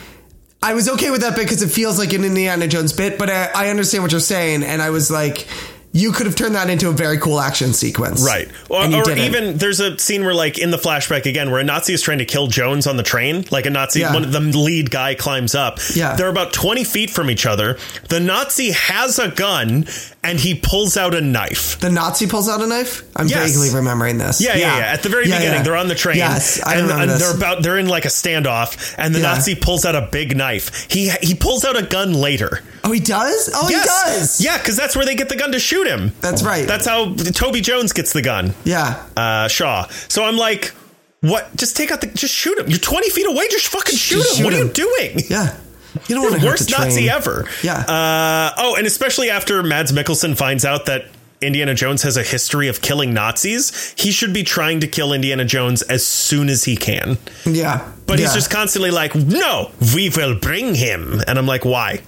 [SPEAKER 2] I was okay with that bit because it feels like an Indiana Jones bit, but I, I understand what you're saying, and I was like, you could have turned that into a very cool action sequence.
[SPEAKER 1] Right. Or,
[SPEAKER 2] And you
[SPEAKER 1] or
[SPEAKER 2] didn't.
[SPEAKER 1] even there's a scene where, like, in the flashback again, where a Nazi is trying to kill Jones on the train. Like, a Nazi,
[SPEAKER 2] Yeah.
[SPEAKER 1] one of the lead guy climbs up.
[SPEAKER 2] Yeah.
[SPEAKER 1] They're about 20 feet from each other. The Nazi has a gun and he pulls out a knife.
[SPEAKER 2] The Nazi pulls out a knife. I'm
[SPEAKER 1] Yes.
[SPEAKER 2] vaguely remembering this.
[SPEAKER 1] Yeah, yeah, yeah. At the very
[SPEAKER 2] Yeah,
[SPEAKER 1] beginning,
[SPEAKER 2] yeah.
[SPEAKER 1] they're on the train.
[SPEAKER 2] Yes, I
[SPEAKER 1] and,
[SPEAKER 2] remember
[SPEAKER 1] and
[SPEAKER 2] this.
[SPEAKER 1] they're about they're in like a standoff, and the
[SPEAKER 2] Yeah.
[SPEAKER 1] Nazi pulls out a big knife. He he pulls out a gun later.
[SPEAKER 2] oh, he does. Oh, he does.
[SPEAKER 1] Yeah, because that's where they get the gun to shoot him.
[SPEAKER 2] that's right.
[SPEAKER 1] That's how Toby Jones gets the gun.
[SPEAKER 2] yeah.
[SPEAKER 1] uh, Shaw. So I'm like, what? Just take out the, just shoot him. You're 20 feet away. Just fucking shoot him.
[SPEAKER 2] Just shoot
[SPEAKER 1] what
[SPEAKER 2] him.
[SPEAKER 1] are you doing?
[SPEAKER 2] Yeah. You don't want to
[SPEAKER 1] The
[SPEAKER 2] hurt
[SPEAKER 1] worst
[SPEAKER 2] the train.
[SPEAKER 1] Nazi ever.
[SPEAKER 2] Yeah.
[SPEAKER 1] Uh, oh, and especially after Mads Mikkelsen finds out that Indiana Jones has a history of killing Nazis, he should be trying to kill Indiana Jones as soon as he can.
[SPEAKER 2] Yeah.
[SPEAKER 1] But
[SPEAKER 2] Yeah.
[SPEAKER 1] he's just constantly like, no, we will bring him. And I'm like, why?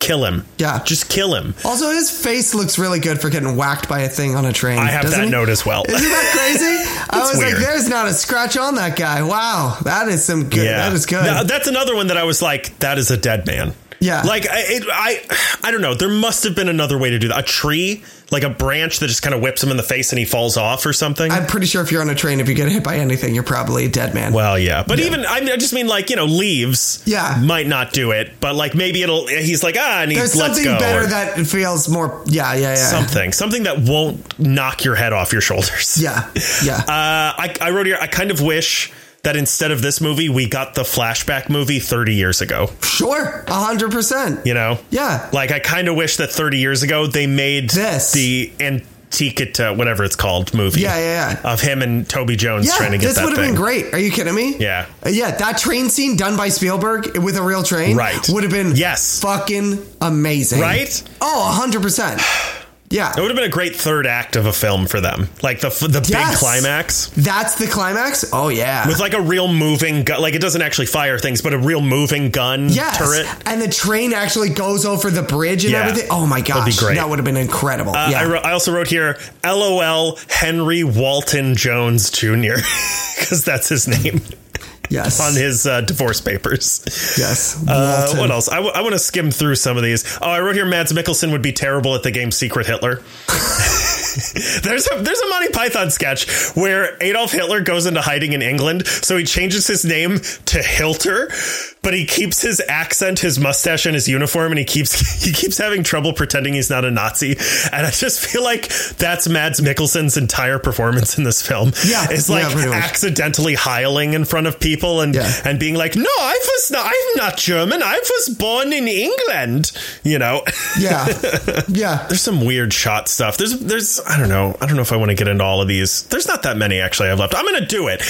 [SPEAKER 1] Kill him.
[SPEAKER 2] Yeah.
[SPEAKER 1] Just kill him.
[SPEAKER 2] Also, his face looks really good for getting whacked by a thing on a train.
[SPEAKER 1] I have
[SPEAKER 2] doesn't
[SPEAKER 1] that
[SPEAKER 2] he?
[SPEAKER 1] note as well.
[SPEAKER 2] Isn't that crazy? I was
[SPEAKER 1] weird.
[SPEAKER 2] like, "There's not a scratch on that guy." Wow, that is some good. That is good.
[SPEAKER 1] Th- that's another one that I was like, that is a dead man.
[SPEAKER 2] Yeah.
[SPEAKER 1] Like I, it, I, I don't know. There must have been another way to do that. A tree, like a branch that just kind of whips him in the face and he falls off or something.
[SPEAKER 2] I'm pretty sure if you're on a train, if you get hit by anything, you're probably a dead man.
[SPEAKER 1] well, yeah. But even I, I just mean like you know leaves.
[SPEAKER 2] Yeah.
[SPEAKER 1] Might not do it, but like maybe it'll. He's like ah, and he
[SPEAKER 2] There's
[SPEAKER 1] lets
[SPEAKER 2] something
[SPEAKER 1] go.
[SPEAKER 2] better
[SPEAKER 1] or
[SPEAKER 2] that feels more. Yeah, yeah, yeah.
[SPEAKER 1] something, something that won't knock your head off your shoulders.
[SPEAKER 2] Yeah, yeah.
[SPEAKER 1] Uh, I, I wrote here. I kind of wish that instead of this movie, we got the flashback movie 30 years ago.
[SPEAKER 2] sure, hundred percent.
[SPEAKER 1] You know.
[SPEAKER 2] Yeah,
[SPEAKER 1] Like I kind of wish that 30 years ago they made
[SPEAKER 2] This.
[SPEAKER 1] the Antiquita, whatever it's called, movie.
[SPEAKER 2] Yeah, yeah, yeah.
[SPEAKER 1] Of him and Toby Jones
[SPEAKER 2] yeah.
[SPEAKER 1] trying to get
[SPEAKER 2] This
[SPEAKER 1] that
[SPEAKER 2] would have
[SPEAKER 1] thing.
[SPEAKER 2] been great. Are you kidding me?
[SPEAKER 1] Yeah.
[SPEAKER 2] Uh, yeah. That train scene done by Spielberg with a real train,
[SPEAKER 1] Right.
[SPEAKER 2] Would have been
[SPEAKER 1] Yes.
[SPEAKER 2] fucking amazing,
[SPEAKER 1] Right? Oh.
[SPEAKER 2] Oh, hundred percent. Yeah.
[SPEAKER 1] It would have been a great third act of a film for them, like the f- the big
[SPEAKER 2] Yes.
[SPEAKER 1] climax
[SPEAKER 2] That's the climax. Oh yeah.
[SPEAKER 1] with like a real moving gun. Like it doesn't actually fire things, but a real moving gun
[SPEAKER 2] Yes.
[SPEAKER 1] turret.
[SPEAKER 2] And the train actually goes over the bridge and
[SPEAKER 1] Yeah.
[SPEAKER 2] everything. Oh my
[SPEAKER 1] be
[SPEAKER 2] gosh.
[SPEAKER 1] great.
[SPEAKER 2] That would have been incredible.
[SPEAKER 1] Uh,
[SPEAKER 2] yeah.
[SPEAKER 1] I, wrote, I also wrote here, LOL Henry Walton Jones Jr. because that's his name
[SPEAKER 2] yes.
[SPEAKER 1] on his uh, divorce papers.
[SPEAKER 2] yes.
[SPEAKER 1] Uh,
[SPEAKER 2] Walton.
[SPEAKER 1] what else? I, w- I want to skim through some of these. Oh, I wrote here Mads Mikkelsen would be terrible at the game Secret Hitler. there's a there's a Monty Python sketch where Adolf Hitler goes into hiding in England, so he changes his name to Hilter, but he keeps his accent, his mustache, and his uniform, and he keeps he keeps having trouble pretending he's not a Nazi. And I just feel like that's Mads Mikkelsen's entire performance in this film.
[SPEAKER 2] Yeah,
[SPEAKER 1] it's
[SPEAKER 2] yeah,
[SPEAKER 1] like
[SPEAKER 2] pretty much.
[SPEAKER 1] accidentally hiling in front of people and
[SPEAKER 2] Yeah.
[SPEAKER 1] and being like, "No, I was not. I'm not German. I was born in England." You know,
[SPEAKER 2] Yeah. yeah.
[SPEAKER 1] there's some weird shot stuff. There's there's I don't know. I don't know if I want to get into all of these. There's not that many actually I've left. I'm gonna do it.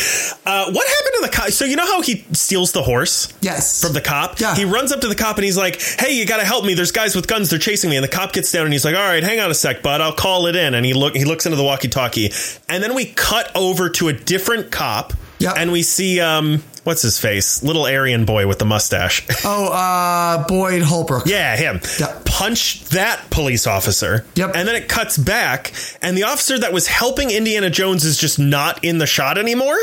[SPEAKER 1] Uh, what happened to the cop? So you know how he steals the horse.
[SPEAKER 2] Yes.
[SPEAKER 1] From the cop,
[SPEAKER 2] Yeah.
[SPEAKER 1] he runs up to the cop and he's like, "Hey, you gotta help me! There's guys with guns. They're chasing me." And the cop gets down and he's like, "All right, hang on a sec, bud. I'll call it in." And he look he looks into the walkie-talkie, and then we cut over to a different cop,
[SPEAKER 2] Yeah.
[SPEAKER 1] and we see um, what's his face, little Aryan boy with the mustache.
[SPEAKER 2] Oh, uh, Boyd Holbrook.
[SPEAKER 1] Yeah, him.
[SPEAKER 2] Yeah.
[SPEAKER 1] Punch that police officer.
[SPEAKER 2] Yep.
[SPEAKER 1] And then it cuts back, and the officer that was helping Indiana Jones is just not in the shot anymore.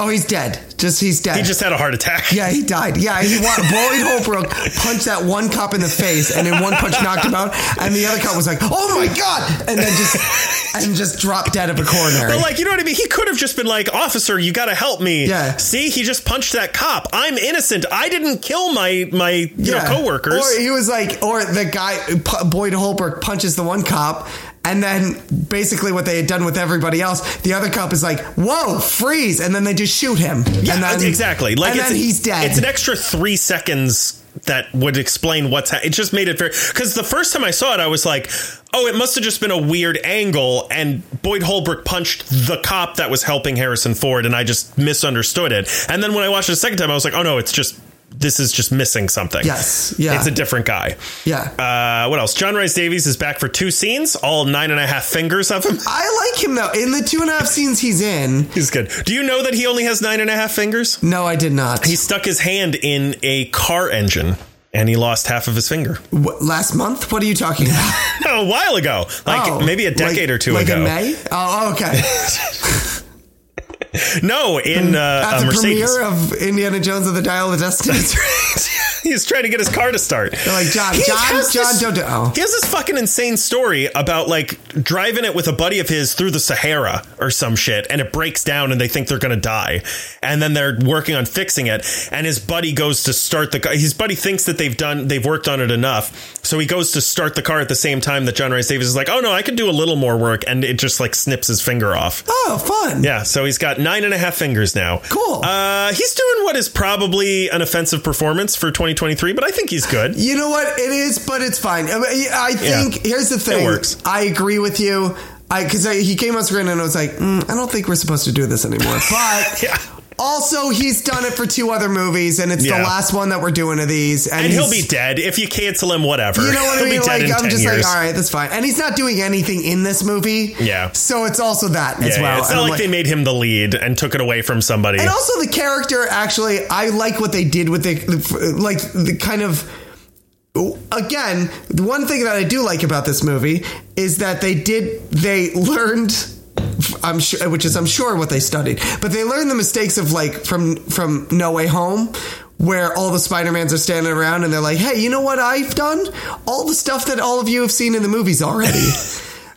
[SPEAKER 2] Oh, he's dead. Just he's dead.
[SPEAKER 1] He just had a heart attack.
[SPEAKER 2] yeah, he died. Yeah, he wa- Boyd Holbrook punched that one cop in the face, and in one punch knocked him out. And the other cop was like, "Oh my god!" and then just and just dropped dead of a coronary.
[SPEAKER 1] But like, you know what I mean? He could have just been like, "Officer, you got to help me."
[SPEAKER 2] Yeah.
[SPEAKER 1] See, he just punched that cop. I'm innocent. I didn't kill my my you know coworkers.
[SPEAKER 2] Or he was like, or the guy P- Boyd Holbrook punches the one cop, and then basically what they had done with everybody else, the other cop is like, "Whoa, freeze!" and then they just shoot him.
[SPEAKER 1] yeah,
[SPEAKER 2] and then,
[SPEAKER 1] exactly. Like,
[SPEAKER 2] and
[SPEAKER 1] it's
[SPEAKER 2] then
[SPEAKER 1] a-
[SPEAKER 2] he's dead.
[SPEAKER 1] It's an extra three seconds that would explain what's. Ha- it just made it very because the first time I saw it, I was like, "Oh, it must have just been a weird angle." And Boyd Holbrook punched the cop that was helping Harrison Ford, and I just misunderstood it. And then when I watched it a second time, I was like, "Oh no, it's just." This is just missing something.
[SPEAKER 2] Yes, yeah.
[SPEAKER 1] It's a different guy.
[SPEAKER 2] yeah.
[SPEAKER 1] Uh, what else? John Rice Davies is back for two scenes, all nine and a half fingers of him.
[SPEAKER 2] I like him though. In the two and a half scenes he's in,
[SPEAKER 1] He's good. Do you know that he only has nine and a half fingers?
[SPEAKER 2] no, I did not.
[SPEAKER 1] He stuck his hand in a car engine and he lost half of his finger
[SPEAKER 2] What, last month? What are you talking about?
[SPEAKER 1] a while ago, like
[SPEAKER 2] Oh,
[SPEAKER 1] maybe a decade
[SPEAKER 2] like-
[SPEAKER 1] or two
[SPEAKER 2] like
[SPEAKER 1] ago.
[SPEAKER 2] In May? Oh, okay.
[SPEAKER 1] No, in uh,
[SPEAKER 2] At
[SPEAKER 1] a
[SPEAKER 2] the
[SPEAKER 1] Mercedes.
[SPEAKER 2] premiere of Indiana Jones and the Dial of Destiny.
[SPEAKER 1] He's trying to get his car to start.
[SPEAKER 2] They're like, John,
[SPEAKER 1] He
[SPEAKER 2] John,
[SPEAKER 1] has
[SPEAKER 2] John,
[SPEAKER 1] this-
[SPEAKER 2] don't do oh.
[SPEAKER 1] He has this fucking insane story about like driving it with a buddy of his through the Sahara or some shit, and it breaks down, and they think they're gonna die, and then they're working on fixing it, and his buddy goes to start the car. His buddy thinks that they've done, they've worked on it enough, so he goes to start the car at the same time that John Rice Davis is like, oh no, I can do a little more work, and it just like snips his finger off.
[SPEAKER 2] Oh, fun.
[SPEAKER 1] Yeah, so he's got nine and a half fingers now.
[SPEAKER 2] Cool.
[SPEAKER 1] Uh, he's doing what is probably an offensive performance for 2023, but I think he's good.
[SPEAKER 2] You know what? It is, but it's fine. I, mean, I think
[SPEAKER 1] Yeah.
[SPEAKER 2] here's the thing.
[SPEAKER 1] works.
[SPEAKER 2] I agree with you. I because he came on screen and I was like, mm, I don't think we're supposed to do this anymore. But
[SPEAKER 1] Yeah.
[SPEAKER 2] also, he's done it for two other movies, and it's the
[SPEAKER 1] Yeah.
[SPEAKER 2] last one that we're doing of these. And,
[SPEAKER 1] And he'll be
[SPEAKER 2] he's-
[SPEAKER 1] dead if you cancel him. Whatever.
[SPEAKER 2] You know what I
[SPEAKER 1] he'll
[SPEAKER 2] mean?
[SPEAKER 1] Be dead
[SPEAKER 2] Like
[SPEAKER 1] in
[SPEAKER 2] I'm
[SPEAKER 1] 10
[SPEAKER 2] just
[SPEAKER 1] years.
[SPEAKER 2] like, all right, that's fine. And he's not doing anything in this movie.
[SPEAKER 1] Yeah.
[SPEAKER 2] So it's also that as
[SPEAKER 1] Yeah,
[SPEAKER 2] well.
[SPEAKER 1] it's
[SPEAKER 2] And
[SPEAKER 1] not
[SPEAKER 2] I'm
[SPEAKER 1] like, they made him the lead and took it away from somebody.
[SPEAKER 2] And also the character, actually, I like what they did with the, the- like the kind of. Again, the one thing that I do like about this movie is that they did they learned. I'm sure, which is I'm sure what they studied, but they learned the mistakes of like from from No Way Home, where all the Spider Mans are standing around and they're like, "Hey, you know what I've done? All the stuff that all of you have seen in the movies already."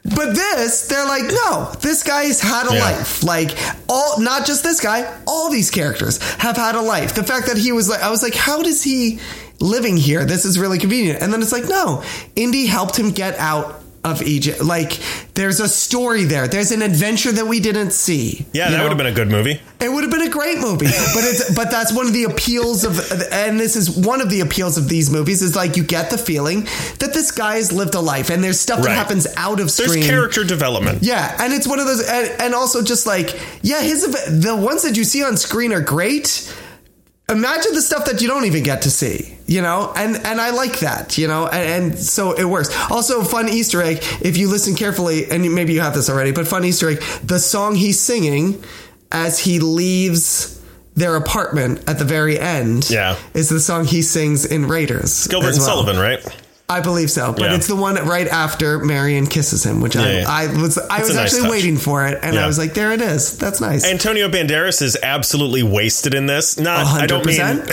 [SPEAKER 2] But this, they're like, no, this guy's had a
[SPEAKER 1] Yeah.
[SPEAKER 2] life. Like all, not just this guy, all these characters have had a life. The fact that he was like, I was like, how does he living here? This is really convenient. And then it's like, no, Indy helped him get out of Egypt. Like there's a story there. There's an adventure that we didn't see.
[SPEAKER 1] yeah,
[SPEAKER 2] you
[SPEAKER 1] that
[SPEAKER 2] know?
[SPEAKER 1] would have been a good movie.
[SPEAKER 2] It would have been a great movie, but it's but that's one of the appeals of, and this is one of the appeals of these movies is like you get the feeling that this guy has lived a life, and there's stuff that
[SPEAKER 1] Right.
[SPEAKER 2] happens out of
[SPEAKER 1] There's
[SPEAKER 2] screen.
[SPEAKER 1] character development.
[SPEAKER 2] yeah, and it's one of those, and, and also just like yeah, his ev- the ones that you see on screen are great. Imagine the stuff that you don't even get to see, you know, and and I like that, you know, and, and so it works. Also, fun Easter egg if you listen carefully, and you- maybe you have this already, but fun Easter egg: the song he's singing as he leaves their apartment at the very end,
[SPEAKER 1] Yeah.
[SPEAKER 2] is the song he sings in Raiders.
[SPEAKER 1] Gilbert
[SPEAKER 2] as
[SPEAKER 1] and
[SPEAKER 2] well.
[SPEAKER 1] Sullivan, right?
[SPEAKER 2] I believe so, but
[SPEAKER 1] Yeah.
[SPEAKER 2] it's the one right after Marion kisses him, which
[SPEAKER 1] Yeah, yeah.
[SPEAKER 2] I, I was I
[SPEAKER 1] It's
[SPEAKER 2] was
[SPEAKER 1] a nice
[SPEAKER 2] actually
[SPEAKER 1] touch.
[SPEAKER 2] waiting for it, and I
[SPEAKER 1] Yeah.
[SPEAKER 2] was like, there it is. That's nice.
[SPEAKER 1] Antonio Banderas is absolutely wasted in this. Not, I don't mean.
[SPEAKER 2] 100%?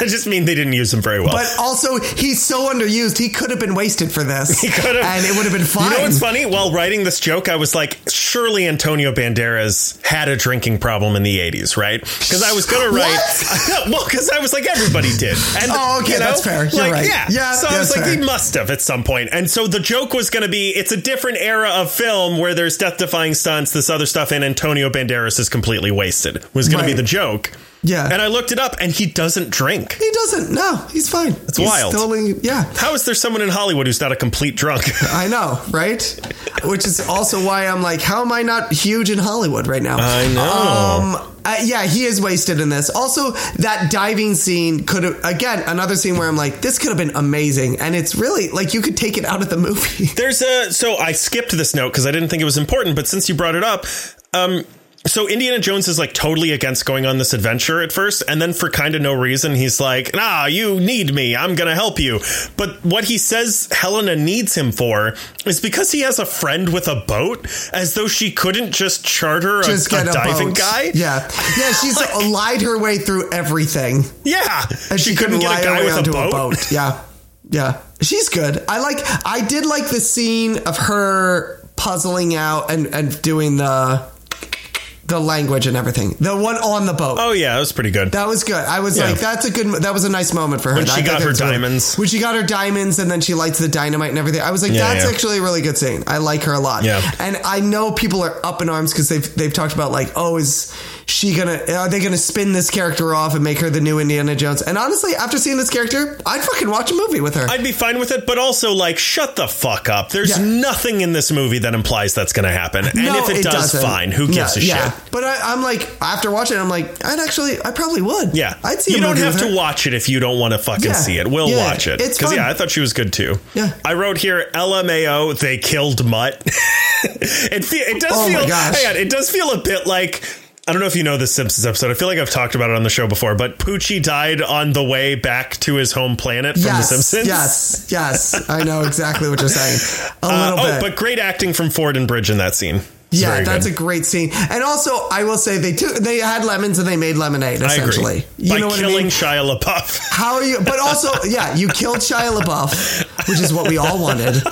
[SPEAKER 1] I just mean they didn't use him very well.
[SPEAKER 2] but also, he's so underused. He could have been wasted for this. He
[SPEAKER 1] could have.
[SPEAKER 2] and it would have been fine.
[SPEAKER 1] You know what's funny? While writing this joke, I was like, surely Antonio Banderas had a drinking problem in the 80s, right? Because I was going to write. well, because I was like, everybody did. And
[SPEAKER 2] Oh, okay, that's fair. You're
[SPEAKER 1] like,
[SPEAKER 2] right.
[SPEAKER 1] Yeah.
[SPEAKER 2] Yeah,
[SPEAKER 1] so I was
[SPEAKER 2] that's
[SPEAKER 1] like,
[SPEAKER 2] fair.
[SPEAKER 1] he must have at some point. And so the joke was going to be it's a different era of film where there's death defying stunts, this other stuff, and Antonio Banderas is completely wasted, was going to be
[SPEAKER 2] Right.
[SPEAKER 1] the joke.
[SPEAKER 2] Yeah.
[SPEAKER 1] And I looked it up, and he doesn't drink.
[SPEAKER 2] he doesn't. No, he's fine. It's
[SPEAKER 1] wild.
[SPEAKER 2] Totally. Yeah,
[SPEAKER 1] How is there someone in Hollywood who's not a complete drunk?
[SPEAKER 2] I know, right? Which is also why I'm like, how am I not huge in Hollywood right now?
[SPEAKER 1] I know.
[SPEAKER 2] Um, uh, yeah, he is wasted in this. Also, that diving scene could have again another scene where I'm like, this could have been amazing, and it's really like you could take it out of the movie.
[SPEAKER 1] There's a so I skipped this note because I didn't think it was important, but since you brought it up, um, so Indiana Jones is like totally against going on this adventure at first, and then for kind of no reason, he's like, "Nah, you need me. I'm gonna help you." But what he says Helena needs him for is because he has a friend with a boat, as though she couldn't just charter a,
[SPEAKER 2] Just
[SPEAKER 1] a
[SPEAKER 2] get a
[SPEAKER 1] diving
[SPEAKER 2] boat.
[SPEAKER 1] guy.
[SPEAKER 2] Yeah, yeah, she's lied her way through everything.
[SPEAKER 1] yeah.
[SPEAKER 2] and
[SPEAKER 1] she, couldn't get a guy with a
[SPEAKER 2] onto
[SPEAKER 1] boat.
[SPEAKER 2] Yeah, yeah, she's good. I like. I did like the scene of her puzzling out and and doing the the language and everything. The one on the boat.
[SPEAKER 1] Oh yeah, that was pretty good.
[SPEAKER 2] That was good. I was
[SPEAKER 1] Yeah.
[SPEAKER 2] like, that's a good. That was a nice moment for her.
[SPEAKER 1] When
[SPEAKER 2] I
[SPEAKER 1] she
[SPEAKER 2] thought
[SPEAKER 1] got
[SPEAKER 2] that
[SPEAKER 1] her
[SPEAKER 2] was really-
[SPEAKER 1] diamonds.
[SPEAKER 2] when she got her diamonds, and then she lights the dynamite and everything. I was like,
[SPEAKER 1] Yeah,
[SPEAKER 2] that's
[SPEAKER 1] yeah.
[SPEAKER 2] actually a really good scene. I like her a lot.
[SPEAKER 1] Yeah.
[SPEAKER 2] And I know people are up in arms because they've they've talked about like, oh, is she gonna? Are they gonna spin this character off and make her the new Indiana Jones? And honestly, after seeing this character, I'd fucking watch a movie with her.
[SPEAKER 1] I'd be fine with it, but also like, shut the fuck up. There's
[SPEAKER 2] Yeah.
[SPEAKER 1] nothing in this movie that implies that's going to happen, and
[SPEAKER 2] No,
[SPEAKER 1] if it, does,
[SPEAKER 2] doesn't.
[SPEAKER 1] fine. Who
[SPEAKER 2] No,
[SPEAKER 1] gives a
[SPEAKER 2] yeah.
[SPEAKER 1] shit?
[SPEAKER 2] But I, I'm like, after watching, it, I'm like, I'd actually, I probably would.
[SPEAKER 1] Yeah,
[SPEAKER 2] I'd see. a
[SPEAKER 1] you don't
[SPEAKER 2] movie
[SPEAKER 1] have
[SPEAKER 2] with her.
[SPEAKER 1] to watch it if you don't want to fucking
[SPEAKER 2] Yeah.
[SPEAKER 1] see it. We'll
[SPEAKER 2] Yeah,
[SPEAKER 1] watch it
[SPEAKER 2] it's
[SPEAKER 1] because
[SPEAKER 2] fun.
[SPEAKER 1] yeah, I thought she was good too.
[SPEAKER 2] Yeah.
[SPEAKER 1] I wrote here LMAO. They killed Mutt. it fe- it does
[SPEAKER 2] Oh my
[SPEAKER 1] feel.
[SPEAKER 2] gosh.
[SPEAKER 1] hang on, it does feel a bit like. I don't know if you know this Simpsons episode. I feel like I've talked about it on the show before, but Poochie died on the way back to his home planet from The Simpsons.
[SPEAKER 2] Yes, yes, I know exactly what you're saying. A
[SPEAKER 1] Uh,
[SPEAKER 2] little
[SPEAKER 1] oh,
[SPEAKER 2] bit.
[SPEAKER 1] but great acting from Ford and Bridge in that scene.
[SPEAKER 2] Yeah,
[SPEAKER 1] very
[SPEAKER 2] that's
[SPEAKER 1] good.
[SPEAKER 2] a great scene. And also, I will say they took they had lemons and they made lemonade
[SPEAKER 1] I agree.
[SPEAKER 2] essentially. You
[SPEAKER 1] By
[SPEAKER 2] know what
[SPEAKER 1] killing
[SPEAKER 2] I mean?
[SPEAKER 1] Shia LaBeouf.
[SPEAKER 2] How are you? But also, yeah, you killed Shia LaBeouf, which is what we all wanted.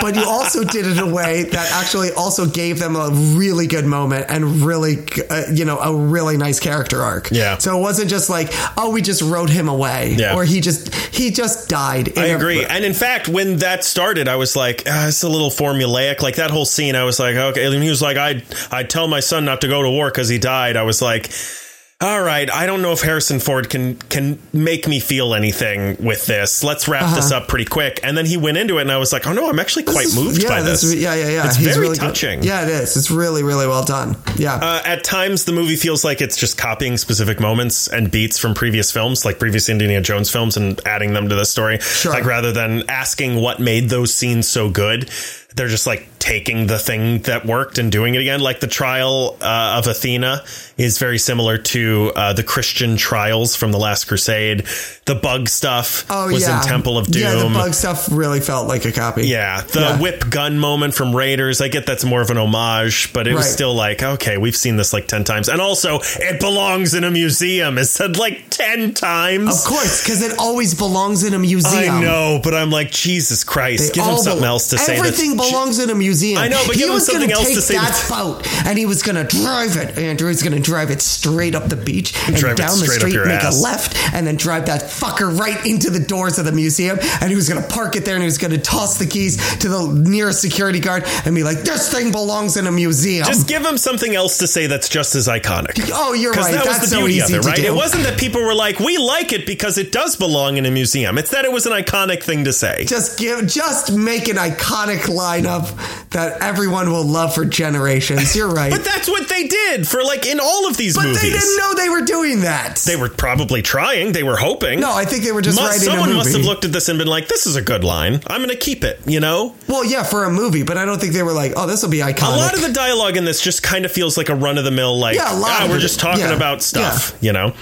[SPEAKER 2] But you also did it in a way that actually also gave them a really good moment and really, uh, you know, a really nice character arc.
[SPEAKER 1] Yeah.
[SPEAKER 2] So it wasn't just like, oh, we just wrote him away,
[SPEAKER 1] Yeah.
[SPEAKER 2] or he just he just died. In
[SPEAKER 1] I
[SPEAKER 2] a-
[SPEAKER 1] agree. And in fact, when that started, I was like, ah, it's a little formulaic. Like that whole scene, I was like, okay. And he was like, I I tell my son not to go to war because he died. I was like, all right, I don't know if Harrison Ford can can make me feel anything with this. Let's wrap this up pretty quick. And then he went into it, and I was like, oh no, I'm actually quite moved
[SPEAKER 2] yeah,
[SPEAKER 1] by this.
[SPEAKER 2] Uh-huh. is- yeah, yeah, yeah.
[SPEAKER 1] It's
[SPEAKER 2] He's
[SPEAKER 1] very
[SPEAKER 2] really good.
[SPEAKER 1] touching.
[SPEAKER 2] Yeah, it is. It's really, really well done. Yeah.
[SPEAKER 1] Uh, at times, the movie feels like it's just copying specific moments and beats from previous films, like previous Indiana Jones films, and adding them to the story. Like rather than asking what made those scenes so good, they're just like taking the thing that worked and doing it again. Like the trial uh, of Athena is very similar to uh, the Christian trials from the Last Crusade. The bug stuff
[SPEAKER 2] oh
[SPEAKER 1] was
[SPEAKER 2] yeah.
[SPEAKER 1] in Temple of Doom.
[SPEAKER 2] Yeah, the bug stuff really felt like a copy.
[SPEAKER 1] Yeah, the
[SPEAKER 2] Yeah.
[SPEAKER 1] whip gun moment from Raiders. I get that's more of an homage, but it was
[SPEAKER 2] Right.
[SPEAKER 1] still like, okay, we've seen this like 10 times. And also, it belongs in a museum. It's said like 10 times.
[SPEAKER 2] Of course, because it always belongs in a museum.
[SPEAKER 1] I know, but I'm like, Jesus Christ,
[SPEAKER 2] They
[SPEAKER 1] give him
[SPEAKER 2] all
[SPEAKER 1] something
[SPEAKER 2] bel-
[SPEAKER 1] else to say. that's-
[SPEAKER 2] Everything belongs in a museum.
[SPEAKER 1] I know, but
[SPEAKER 2] he
[SPEAKER 1] give him
[SPEAKER 2] was
[SPEAKER 1] something
[SPEAKER 2] gonna
[SPEAKER 1] else
[SPEAKER 2] take
[SPEAKER 1] to say
[SPEAKER 2] that
[SPEAKER 1] that-
[SPEAKER 2] boat, and he was going to drive it. Andrew was going to drive it straight up the beach and
[SPEAKER 1] Drive it
[SPEAKER 2] down the
[SPEAKER 1] straight up
[SPEAKER 2] street,
[SPEAKER 1] your
[SPEAKER 2] make
[SPEAKER 1] ass.
[SPEAKER 2] a left, and then drive that fucker right into the doors of the museum. And he was going to park it there, and he was going to toss the keys to the nearest security guard and be like, "This thing belongs in a museum."
[SPEAKER 1] Just give him something else to say that's just as iconic.
[SPEAKER 2] oh, you're
[SPEAKER 1] Because
[SPEAKER 2] right.
[SPEAKER 1] that
[SPEAKER 2] That's
[SPEAKER 1] was the
[SPEAKER 2] so
[SPEAKER 1] beauty of
[SPEAKER 2] easy
[SPEAKER 1] it,
[SPEAKER 2] to
[SPEAKER 1] right?
[SPEAKER 2] do.
[SPEAKER 1] It wasn't that people were like, we like it because it does belong in a museum. It's that it was an iconic thing to say.
[SPEAKER 2] Just give, just make an iconic lineup that everyone will love for generations. You're right.
[SPEAKER 1] but that's what they did for like in all of these
[SPEAKER 2] But
[SPEAKER 1] movies.
[SPEAKER 2] they didn't know they were doing that.
[SPEAKER 1] They were probably trying. They were hoping.
[SPEAKER 2] no, I think they were just
[SPEAKER 1] Must-
[SPEAKER 2] writing
[SPEAKER 1] someone
[SPEAKER 2] a movie.
[SPEAKER 1] must have looked at this and been like, "This is a good line. I'm going to keep it." You know,
[SPEAKER 2] well, yeah, for a movie, but I don't think they were like, oh, this will be iconic.
[SPEAKER 1] a lot of the dialogue in this just kind of feels like a run of the mill, like,
[SPEAKER 2] Yeah, a lot
[SPEAKER 1] "Ah,
[SPEAKER 2] of
[SPEAKER 1] we're
[SPEAKER 2] it.
[SPEAKER 1] just talking
[SPEAKER 2] Yeah.
[SPEAKER 1] about stuff." You know.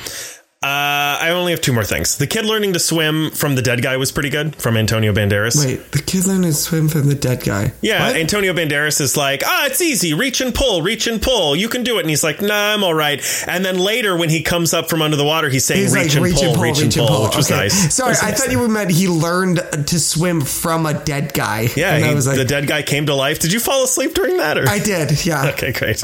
[SPEAKER 1] Uh, I only have two more things. The kid learning to swim from the dead guy was pretty good from Antonio Banderas.
[SPEAKER 2] Wait, the kid learned to swim from the dead guy.
[SPEAKER 1] Yeah,
[SPEAKER 2] What?
[SPEAKER 1] Antonio Banderas is like, ah, it's easy. Reach and pull, reach and pull. You can do it. And he's like, nah, I'm all right. And then later, when he comes up from under the water, he's saying,
[SPEAKER 2] He's
[SPEAKER 1] reach,
[SPEAKER 2] like,
[SPEAKER 1] and, pull, reach and pull, which was
[SPEAKER 2] Okay.
[SPEAKER 1] nice.
[SPEAKER 2] Sorry,
[SPEAKER 1] It was
[SPEAKER 2] I
[SPEAKER 1] nice.
[SPEAKER 2] thought you meant he learned to swim from a dead guy.
[SPEAKER 1] Yeah,
[SPEAKER 2] and
[SPEAKER 1] he-
[SPEAKER 2] I was like,
[SPEAKER 1] the dead guy came to life. Did you fall asleep during that? Or?
[SPEAKER 2] I did. Yeah.
[SPEAKER 1] Okay, great.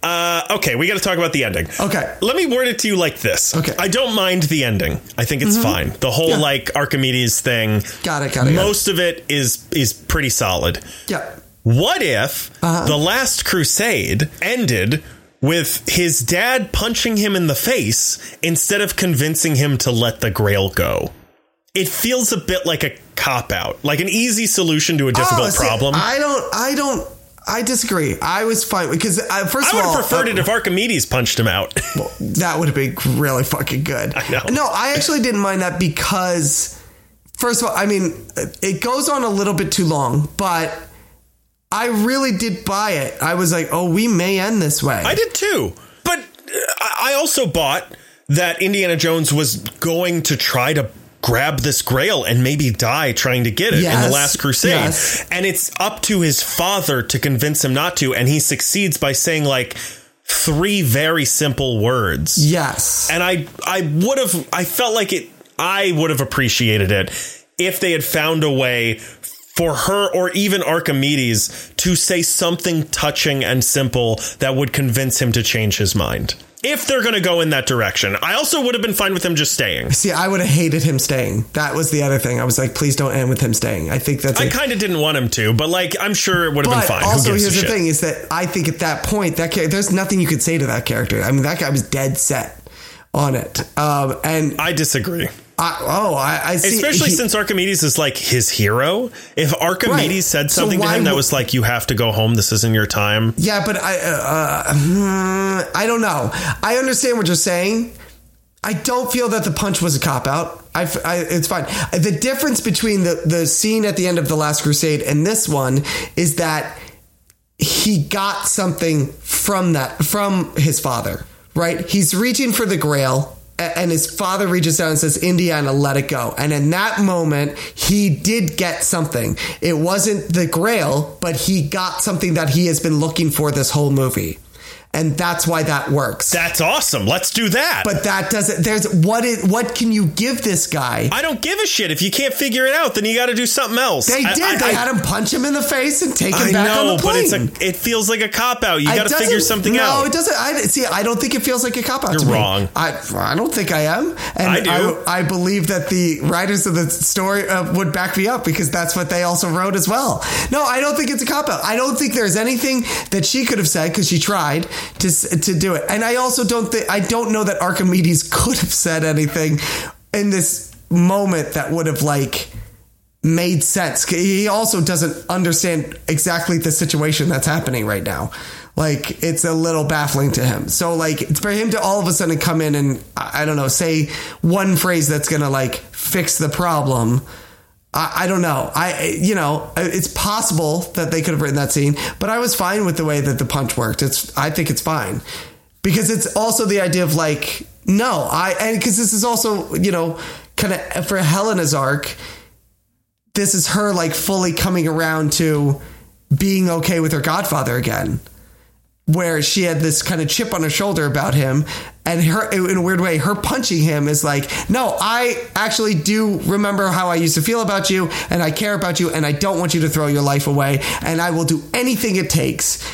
[SPEAKER 1] Uh, okay, we got to talk about the ending.
[SPEAKER 2] Okay.
[SPEAKER 1] Let me word it to you like this.
[SPEAKER 2] Okay. Mm-hmm.
[SPEAKER 1] I don't mind the ending. I think it's fine. The whole
[SPEAKER 2] Yeah.
[SPEAKER 1] like Archimedes thing.
[SPEAKER 2] Got it, got it, got it.
[SPEAKER 1] Most of it is is pretty solid.
[SPEAKER 2] Yeah.
[SPEAKER 1] What if
[SPEAKER 2] Uh-huh.
[SPEAKER 1] the last crusade ended with his dad punching him in the face instead of convincing him to let the grail go? It feels a bit like a cop out, like an easy solution to a difficult
[SPEAKER 2] Oh, see,
[SPEAKER 1] problem.
[SPEAKER 2] I don't. I don't. I disagree. I was fine because uh, first
[SPEAKER 1] I
[SPEAKER 2] of
[SPEAKER 1] would
[SPEAKER 2] all,
[SPEAKER 1] have preferred
[SPEAKER 2] uh,
[SPEAKER 1] it if Archimedes punched him out.
[SPEAKER 2] that would have been really fucking good. I
[SPEAKER 1] know.
[SPEAKER 2] No, I actually didn't mind that because, first of all, I mean, it goes on a little bit too long, but I really did buy it. I was like, oh, we may end this way.
[SPEAKER 1] I did too. But uh, I I also bought that Indiana Jones was going to try to grab this grail and maybe die trying to get it in the
[SPEAKER 2] Yes,
[SPEAKER 1] last crusade
[SPEAKER 2] yes.
[SPEAKER 1] and it's up to his father to convince him not to and he succeeds by saying like three very simple words
[SPEAKER 2] yes.
[SPEAKER 1] and I I would have I felt like it I would have appreciated it if they had found a way for her or even Archimedes to say something touching and simple that would convince him to change his mind. If they're going to go in that direction, I also would have been fine with him just staying.
[SPEAKER 2] See, I would have hated him staying. That was the other thing. I was like, please don't end with him staying. I think that's
[SPEAKER 1] I
[SPEAKER 2] a
[SPEAKER 1] kind of didn't want him to, but like I'm sure it would have been
[SPEAKER 2] But
[SPEAKER 1] fine. Who
[SPEAKER 2] also,
[SPEAKER 1] gives a
[SPEAKER 2] here's the
[SPEAKER 1] shit?
[SPEAKER 2] thing: is that I think at that point, that char- there's nothing you could say to that character. I mean, that guy was dead set on it. Um, and
[SPEAKER 1] I disagree.
[SPEAKER 2] I, oh, I, I see,
[SPEAKER 1] Especially
[SPEAKER 2] he-
[SPEAKER 1] since Archimedes is like his hero. If Archimedes
[SPEAKER 2] Right.
[SPEAKER 1] said
[SPEAKER 2] So
[SPEAKER 1] something to
[SPEAKER 2] why
[SPEAKER 1] him that
[SPEAKER 2] wo-
[SPEAKER 1] was like, you have to go home, this isn't your time,
[SPEAKER 2] Yeah, but I, uh, uh, hmm, I don't know. I understand what you're saying. I don't feel that the punch was a cop out. I, f- I- it's fine. The difference between the the scene at the end of the Last Crusade and this one is that he got something from that from his father. Right? He's reaching for the Grail. a- and his father reaches out and says, Indiana, let it go. And in that moment, he did get something. It wasn't the grail, but he got something that he has been looking for this whole movie. And that's why that works.
[SPEAKER 1] That's awesome. Let's do that.
[SPEAKER 2] but that doesn't, there's what is, what can you give this guy?
[SPEAKER 1] I don't give a shit. If you can't figure it out, then you got to do something else.
[SPEAKER 2] They
[SPEAKER 1] I-
[SPEAKER 2] did.
[SPEAKER 1] I-
[SPEAKER 2] they
[SPEAKER 1] I-
[SPEAKER 2] had him punch him in the face and take him
[SPEAKER 1] I
[SPEAKER 2] back
[SPEAKER 1] know,
[SPEAKER 2] on the
[SPEAKER 1] but
[SPEAKER 2] plane.
[SPEAKER 1] it's a, it feels like a cop out. You
[SPEAKER 2] It
[SPEAKER 1] got to
[SPEAKER 2] doesn't-
[SPEAKER 1] figure something
[SPEAKER 2] no,
[SPEAKER 1] out.
[SPEAKER 2] it doesn't. I see. I don't think it feels like a cop out.
[SPEAKER 1] You're
[SPEAKER 2] to me.
[SPEAKER 1] wrong.
[SPEAKER 2] I I don't think I am. And
[SPEAKER 1] I do.
[SPEAKER 2] I, believe that the writers of the story uh, would back me up because that's what they also wrote as well. No, I don't think it's a cop out. I don't think there's anything that she could have said because she tried to s- to do it. And I also don't think I don't know that Archimedes could have said anything in this moment that would have like made sense. He also doesn't understand exactly the situation that's happening right now. Like it's a little baffling to him. So like it's for him to all of a sudden come in and I I don't know say one phrase that's gonna like fix the problem. I, I don't know. I you know it's possible that they could have written that scene, but I was fine with the way that the punch worked. It's I think it's fine because it's also the idea of like no I and because this is also you know kind of for Helena's arc this is her like fully coming around to being okay with her godfather again where she had this kind of chip on her shoulder about him and her in a weird way her punching him is like no i actually do remember how i used to feel about you and i care about you and i don't want you to throw your life away and i will do anything it takes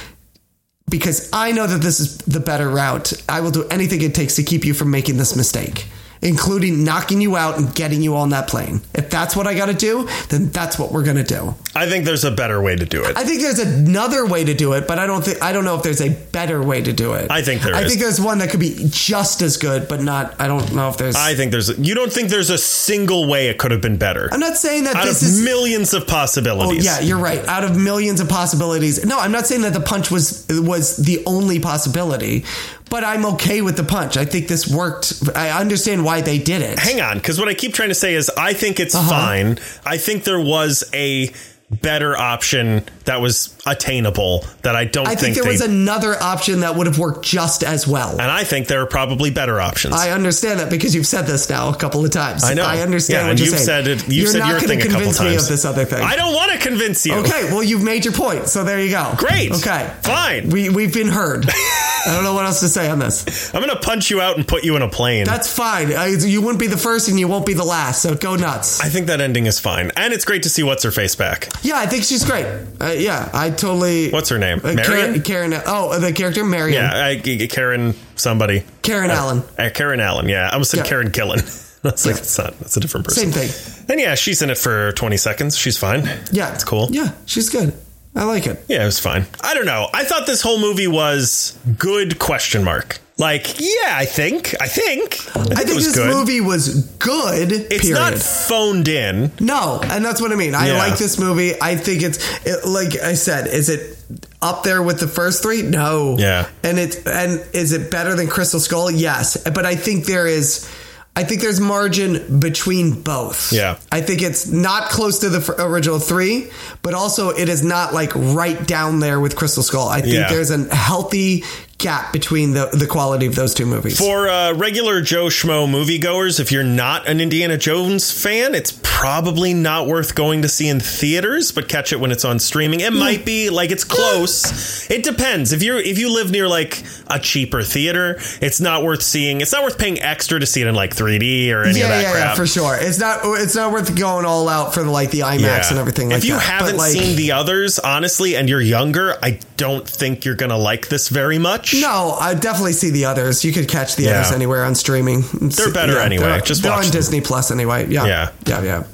[SPEAKER 2] because I know that this is the better route. I will do anything it takes to keep you from making this mistake, including knocking you out and getting you on that plane. If that's what I got to do, then that's what we're going to do.
[SPEAKER 1] I think there's a better way to do it.
[SPEAKER 2] I think there's another way to do it, but I don't think I don't know if there's a better way to do it.
[SPEAKER 1] I think there
[SPEAKER 2] I
[SPEAKER 1] is.
[SPEAKER 2] think there's one that could be just as good, but not I don't know if there's
[SPEAKER 1] I think there's. You don't think there's a single way it could have been better
[SPEAKER 2] I'm not saying that
[SPEAKER 1] out
[SPEAKER 2] this
[SPEAKER 1] of
[SPEAKER 2] is
[SPEAKER 1] millions of
[SPEAKER 2] Oh,
[SPEAKER 1] possibilities.
[SPEAKER 2] yeah, you're right. Out of millions of possibilities. No, I'm not saying that the punch was was the only possibility, but I'm okay with the punch. I think this worked. I understand why they did it.
[SPEAKER 1] Hang on, because what I keep trying to say is I think it's
[SPEAKER 2] Uh-huh.
[SPEAKER 1] fine. I think there was a better option that was attainable that I don't
[SPEAKER 2] I think,
[SPEAKER 1] think,
[SPEAKER 2] there
[SPEAKER 1] they.
[SPEAKER 2] was another option that would have worked just as well.
[SPEAKER 1] and I think there are probably better options.
[SPEAKER 2] I understand that because you've said this now a couple of times.
[SPEAKER 1] I know.
[SPEAKER 2] I
[SPEAKER 1] Yeah,
[SPEAKER 2] understand
[SPEAKER 1] and
[SPEAKER 2] what you're
[SPEAKER 1] you've
[SPEAKER 2] saying.
[SPEAKER 1] said it- you've
[SPEAKER 2] are
[SPEAKER 1] said
[SPEAKER 2] not
[SPEAKER 1] your
[SPEAKER 2] gonna
[SPEAKER 1] thing a couple
[SPEAKER 2] convince me
[SPEAKER 1] times.
[SPEAKER 2] of this other thing.
[SPEAKER 1] I don't want to convince you.
[SPEAKER 2] okay, well, you've made your point, so there you go.
[SPEAKER 1] Great.
[SPEAKER 2] Okay.
[SPEAKER 1] Fine.
[SPEAKER 2] We, we've been heard. I don't know what else to say on this.
[SPEAKER 1] I'm going to punch you out and put you in a plane.
[SPEAKER 2] That's fine. I, you wouldn't be the first and you won't be the last, so go nuts.
[SPEAKER 1] I think that ending is fine. And it's great to see what's her face back.
[SPEAKER 2] Yeah, I think she's great. Uh, yeah, I totally.
[SPEAKER 1] What's her name?
[SPEAKER 2] Uh,
[SPEAKER 1] Marion?
[SPEAKER 2] Karen, Karen. Oh, the character Marion.
[SPEAKER 1] Yeah, I, I- Karen somebody.
[SPEAKER 2] Karen Allen.
[SPEAKER 1] Uh, Karen Allen, yeah. I almost said
[SPEAKER 2] Yeah.
[SPEAKER 1] Karen Gillan. That's like,
[SPEAKER 2] Yeah.
[SPEAKER 1] that's not, that's a different
[SPEAKER 2] Same
[SPEAKER 1] person.
[SPEAKER 2] thing.
[SPEAKER 1] And yeah, she's in it for 20 seconds. She's fine.
[SPEAKER 2] Yeah,
[SPEAKER 1] It's cool.
[SPEAKER 2] Yeah, she's good. I like it.
[SPEAKER 1] Yeah, it was fine. I don't know. I thought this whole movie was good question mark. Like, yeah, I think. I think. I think,
[SPEAKER 2] I
[SPEAKER 1] it
[SPEAKER 2] think
[SPEAKER 1] was
[SPEAKER 2] this
[SPEAKER 1] good.
[SPEAKER 2] movie was good.
[SPEAKER 1] it's
[SPEAKER 2] period.
[SPEAKER 1] not phoned in.
[SPEAKER 2] No, and that's what I mean. I
[SPEAKER 1] Yeah.
[SPEAKER 2] like this movie. I think it's it, like I said. Is it up there with the first three? No.
[SPEAKER 1] Yeah.
[SPEAKER 2] And it and is it better than Crystal Skull? Yes. But I think there is. I think there's margin between both.
[SPEAKER 1] Yeah.
[SPEAKER 2] I think it's not close to the f- original three, but also it is not like right down there with Crystal Skull. I think
[SPEAKER 1] Yeah.
[SPEAKER 2] there's a healthy gap between the the quality of those two movies.
[SPEAKER 1] For uh, regular Joe Schmo moviegoers, if you're not an Indiana Jones fan, it's probably not worth going to see in theaters, but catch it when it's on streaming. It might be like it's close. It depends. If you're if you live near like a cheaper theater, it's not worth seeing. It's not worth paying extra to see it in like 3D or any of
[SPEAKER 2] yeah,
[SPEAKER 1] that
[SPEAKER 2] yeah,
[SPEAKER 1] crap.
[SPEAKER 2] yeah, for sure. It's not it's not worth going all out for like the IMAX
[SPEAKER 1] Yeah.
[SPEAKER 2] and everything like
[SPEAKER 1] if you
[SPEAKER 2] that. But,
[SPEAKER 1] haven't
[SPEAKER 2] like,
[SPEAKER 1] seen the others, honestly, and you're younger, I don't think you're gonna like this very much.
[SPEAKER 2] No, I definitely see the others. You could catch the
[SPEAKER 1] Yeah.
[SPEAKER 2] others anywhere on streaming. They're
[SPEAKER 1] better anyway.
[SPEAKER 2] They're,
[SPEAKER 1] Just
[SPEAKER 2] they're
[SPEAKER 1] watch
[SPEAKER 2] on
[SPEAKER 1] them.
[SPEAKER 2] Disney Plus anyway. Yeah.
[SPEAKER 1] Yeah.
[SPEAKER 2] Yeah, yeah.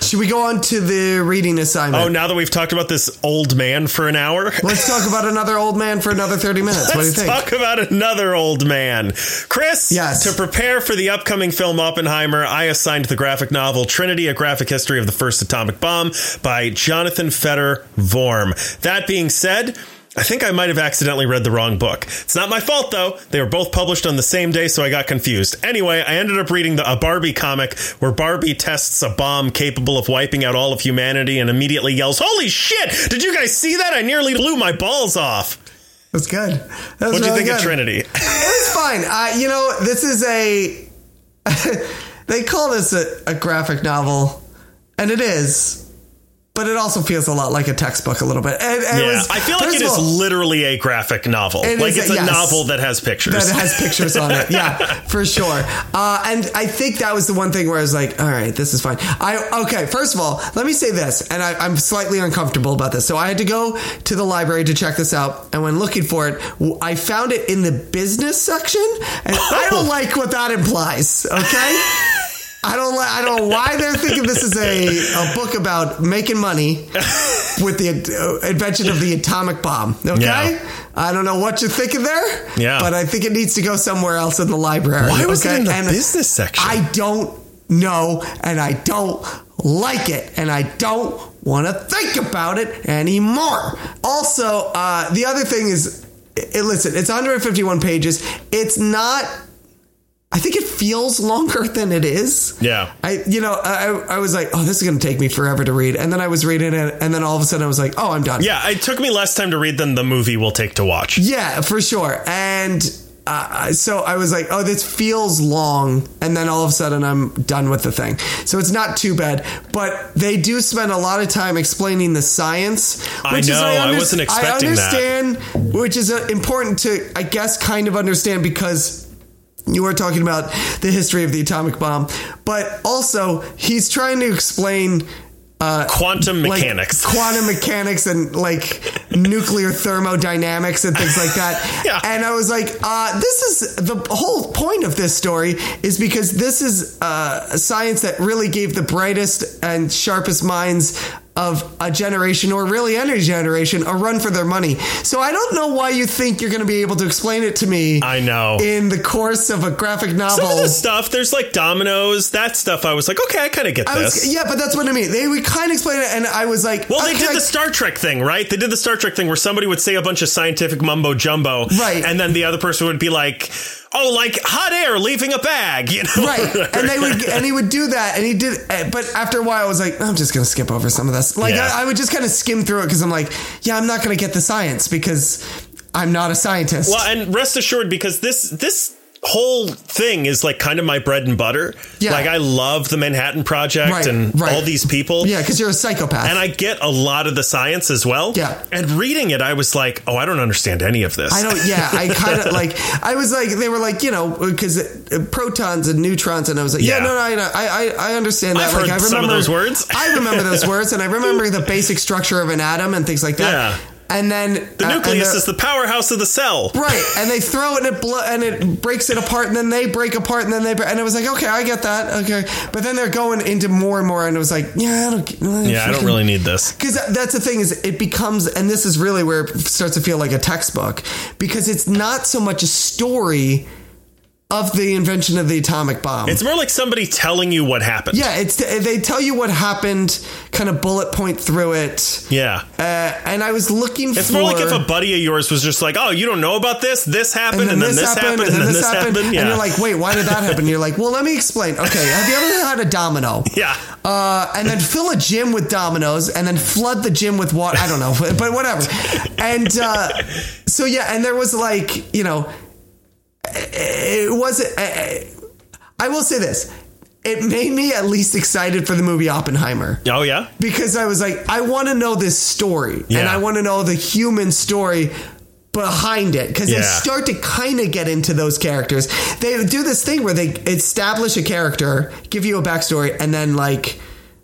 [SPEAKER 2] Should we go on to the reading assignment?
[SPEAKER 1] Oh, now that we've talked about this old man for an hour.
[SPEAKER 2] Let's talk about another old man for another 30 minutes. what do you
[SPEAKER 1] Let's
[SPEAKER 2] think?
[SPEAKER 1] talk about another old man. Chris,
[SPEAKER 2] Yes.
[SPEAKER 1] to prepare for the upcoming film Oppenheimer, I assigned the graphic novel Trinity, A Graphic History of the First Atomic Bomb by Jonathan Feder Vorm. That being said, I think I might have accidentally read the wrong book. It's not my fault, though. They were both published on the same day, so I got confused. Anyway, I ended up reading the, a Barbie comic where Barbie tests a bomb capable of wiping out all of humanity and immediately yells, Holy shit! Did you guys see that? I nearly blew my balls off.
[SPEAKER 2] That's good. That
[SPEAKER 1] What'd
[SPEAKER 2] was
[SPEAKER 1] you
[SPEAKER 2] really
[SPEAKER 1] think
[SPEAKER 2] good.
[SPEAKER 1] of Trinity?
[SPEAKER 2] It was fine. Uh, you know, this is a. they call this a, a graphic novel, and it is, but it also feels a lot like a textbook a little bit. And, and it
[SPEAKER 1] yeah,
[SPEAKER 2] was-
[SPEAKER 1] I feel like
[SPEAKER 2] first
[SPEAKER 1] it is
[SPEAKER 2] of all-
[SPEAKER 1] literally a graphic novel.
[SPEAKER 2] It
[SPEAKER 1] like
[SPEAKER 2] is a-
[SPEAKER 1] it's a
[SPEAKER 2] yes.
[SPEAKER 1] novel that has pictures.
[SPEAKER 2] that has pictures on it. Yeah, for sure. Uh, and I think that was the one thing where I was like, all right, this is fine. I okay. First of all, let me say this, and I, I'm slightly uncomfortable about this. So I had to go to the library to check this out, and when looking for it, w- I found it in the business section, and I
[SPEAKER 1] Oh.
[SPEAKER 2] don't like what that implies. Okay. I don't. li- I don't know why they're thinking this is a, a book about making money with the uh, invention of the atomic bomb. Okay,
[SPEAKER 1] Yeah.
[SPEAKER 2] I don't know what you're thinking there.
[SPEAKER 1] Yeah.
[SPEAKER 2] but I think it needs to go somewhere else in the library.
[SPEAKER 1] Why was it
[SPEAKER 2] okay?
[SPEAKER 1] in the
[SPEAKER 2] And
[SPEAKER 1] business section?
[SPEAKER 2] I don't know, and I don't like it, and I don't want to think about it anymore. Also, uh, the other thing is, it, listen, it's 151 pages. It's not. I think it feels longer than it is.
[SPEAKER 1] yeah.
[SPEAKER 2] I, you know, I, I was like, oh, this is going to take me forever to read. And then I was reading it, and then all of a sudden I was like, oh, I'm done.
[SPEAKER 1] Yeah, it took me less time to read than the movie will take to watch.
[SPEAKER 2] Yeah, for sure. And uh, so I was like, oh, this feels long. And then all of a sudden I'm done with the thing. So it's not too bad. But they do spend a lot of time explaining the science.
[SPEAKER 1] I know, I wasn't expecting
[SPEAKER 2] I
[SPEAKER 1] that.
[SPEAKER 2] understand, which is uh, important to, I guess, kind of understand because you are talking about the history of the atomic bomb. But also, he's trying to explain
[SPEAKER 1] Quantum
[SPEAKER 2] like,
[SPEAKER 1] mechanics.
[SPEAKER 2] quantum mechanics, and like nuclear thermodynamics and things like that.
[SPEAKER 1] Yeah.
[SPEAKER 2] And I was like, uh, this is the whole point of this story is because this is uh, science that really gave the brightest and sharpest minds of a generation or really any generation a run for their money. So I don't know why you think you're going to be able to explain it to me.
[SPEAKER 1] I know.
[SPEAKER 2] In the course of a graphic novel.
[SPEAKER 1] Some of the stuff, there's like dominoes, that stuff. I was like, okay, I kind of get
[SPEAKER 2] I
[SPEAKER 1] this.
[SPEAKER 2] was- yeah, but that's what I mean. They we kind of explained it, and I was like,
[SPEAKER 1] Well, they
[SPEAKER 2] okay,
[SPEAKER 1] did the Star Trek thing, right? They did the Star Trek thing where somebody would say a bunch of scientific mumbo jumbo,
[SPEAKER 2] Right.
[SPEAKER 1] And then the other person would be like, "Oh, like hot air leaving a bag," you know?
[SPEAKER 2] right and they would and he would do that and he did eh, but after a while i was like i'm just gonna skip over some of this like
[SPEAKER 1] Yeah.
[SPEAKER 2] I, I would just kind of skim through it because i'm like yeah i'm not gonna get the science because i'm not a scientist
[SPEAKER 1] Well, Uh, and rest assured, because this this whole thing is like kind of my bread and butter.
[SPEAKER 2] Yeah.
[SPEAKER 1] Like I love the Manhattan Project
[SPEAKER 2] Right,
[SPEAKER 1] and
[SPEAKER 2] right.
[SPEAKER 1] all these people.
[SPEAKER 2] yeah because you're a psychopath
[SPEAKER 1] And I get a lot of the science as well.
[SPEAKER 2] Yeah.
[SPEAKER 1] And reading it, I was like, oh, I don't understand any of this.
[SPEAKER 2] I don't. e- Yeah, I kind of like. I was like, they were like, you know, because protons and neutrons, and I was like, yeah,
[SPEAKER 1] Yeah.
[SPEAKER 2] no, no, I, know. I, I, I understand that.
[SPEAKER 1] I've
[SPEAKER 2] like,
[SPEAKER 1] heard
[SPEAKER 2] I remember
[SPEAKER 1] some of those words.
[SPEAKER 2] I remember those words, and I remember the basic structure of an atom and things like that.
[SPEAKER 1] Yeah.
[SPEAKER 2] And then
[SPEAKER 1] The
[SPEAKER 2] uh, and
[SPEAKER 1] nucleus is the powerhouse of the cell.
[SPEAKER 2] Right, and they throw it and it, blo- and it breaks it apart, and then they break apart, and then they. bre- And I was like, okay, I get that, okay. But then they're going into more and more, and it was like, yeah, I don't.
[SPEAKER 1] Yeah, I don't really need this.
[SPEAKER 2] Because that's the thing is, it becomes, and this is really where it starts to feel like a textbook, because it's not so much a story of the invention of the atomic bomb.
[SPEAKER 1] It's more like somebody telling you what happened.
[SPEAKER 2] yeah, it's they tell you what happened, kind of bullet point through it,
[SPEAKER 1] Yeah.
[SPEAKER 2] uh, and I was looking for.
[SPEAKER 1] It's more like if a buddy of yours was just like, "Oh, you don't know about this. This happened, and then, this, happened, and then this happened." Yeah.
[SPEAKER 2] and you're like, wait, why did that happen? You're like, well, let me explain. Okay, have you ever had a domino?
[SPEAKER 1] "Yeah,
[SPEAKER 2] Uh, and then fill a gym with dominoes, and then flood the gym with water. I don't know, but- but whatever. And uh, so yeah, and there was like you know, it wasn't. I I will say this: it made me at least excited for the movie Oppenheimer
[SPEAKER 1] oh yeah,
[SPEAKER 2] because I was like, I want to know this story, and
[SPEAKER 1] Yeah.
[SPEAKER 2] I want to know the human story behind it because they
[SPEAKER 1] Yeah.
[SPEAKER 2] start to kind of get into those characters. They do this thing where they establish a character, give you a backstory, and then like.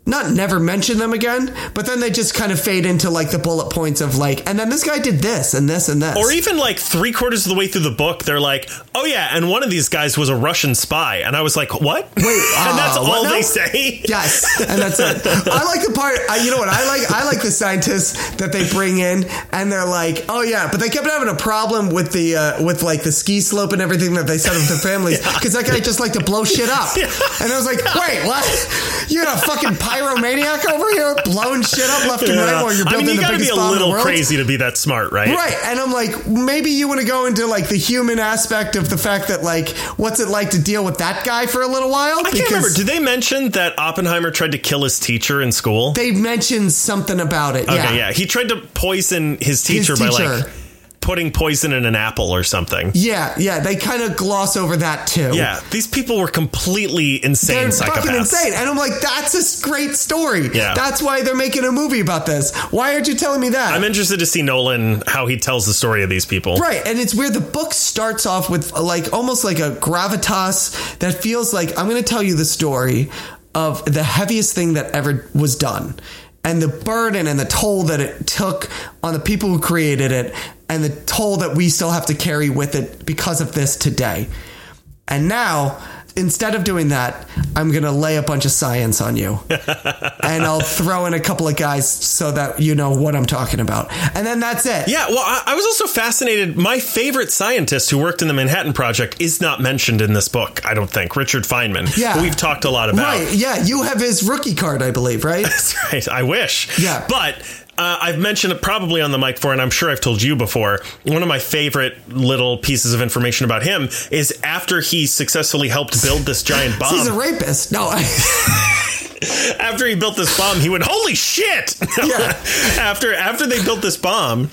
[SPEAKER 2] Not never mention them again, but then they just kind of fade into like the bullet points of like, and then this guy did this and this and this.
[SPEAKER 1] Or even like three quarters of the way through the book, they're like, "Oh yeah," and one of these guys was a Russian spy, and I was like, "What?" and that's
[SPEAKER 2] uh, what
[SPEAKER 1] all
[SPEAKER 2] now?
[SPEAKER 1] they say.
[SPEAKER 2] Yes, and that's it. I like the part. I, you know what I like? I like the scientists that they bring in, and they're like, "Oh yeah," but they kept having a problem with the uh, with like the ski slope and everything that they set up for families because that guy just liked to blow shit up. And I was like, "Wait, what? You're a fucking pyromaniac over here blowing shit up left and right
[SPEAKER 1] Yeah.
[SPEAKER 2] while you're
[SPEAKER 1] I
[SPEAKER 2] building
[SPEAKER 1] mean, you
[SPEAKER 2] the
[SPEAKER 1] gotta
[SPEAKER 2] biggest
[SPEAKER 1] be a
[SPEAKER 2] bomb in the
[SPEAKER 1] little
[SPEAKER 2] world."
[SPEAKER 1] crazy to be that smart, right?
[SPEAKER 2] Right. And I'm like, maybe you want to go into like the human aspect of the fact that like, what's it like to deal with that guy for a little while?
[SPEAKER 1] I can't remember. Did they mention that Oppenheimer tried to kill his teacher in school?
[SPEAKER 2] they mentioned something about it.
[SPEAKER 1] okay,
[SPEAKER 2] yeah.
[SPEAKER 1] yeah. He tried to poison his teacher, by
[SPEAKER 2] teacher.
[SPEAKER 1] like putting poison in an apple or something.
[SPEAKER 2] Yeah, yeah, they kind of gloss over that too.
[SPEAKER 1] Yeah, these people were completely insane
[SPEAKER 2] They're
[SPEAKER 1] psychopaths.
[SPEAKER 2] fucking insane. And I'm like, that's a s- great story.
[SPEAKER 1] Yeah.
[SPEAKER 2] That's why they're making a movie about this. Why aren't you telling me that?
[SPEAKER 1] I'm interested to see Nolan how he tells the story of these people.
[SPEAKER 2] Right, and it's where the book starts off with like almost like a gravitas that feels like I'm going to tell you the story of the heaviest thing that ever was done, and the burden and the toll that it took on the people who created it, and the toll that we still have to carry with it because of this today. And now, instead of doing that, I'm going to lay a bunch of science on you. and I'll throw in a couple of guys so that you know what I'm talking about. And then that's it.
[SPEAKER 1] Yeah, well, I, I was also fascinated. My favorite scientist who worked in the Manhattan Project is not mentioned in this book, I don't think. Richard Feynman,
[SPEAKER 2] Yeah.
[SPEAKER 1] who we've talked a lot about. Um,
[SPEAKER 2] Right. Yeah, you have his rookie card, I believe, right?
[SPEAKER 1] That's right. I wish.
[SPEAKER 2] Yeah.
[SPEAKER 1] But uh, I've mentioned it probably on the mic before, and I'm sure I've told you before. One of my favorite little pieces of information about him is after he successfully helped build this giant bomb.
[SPEAKER 2] He's a rapist. No, I,
[SPEAKER 1] after he built this bomb, he went, "Holy shit!"
[SPEAKER 2] Yeah.
[SPEAKER 1] after after they built this bomb,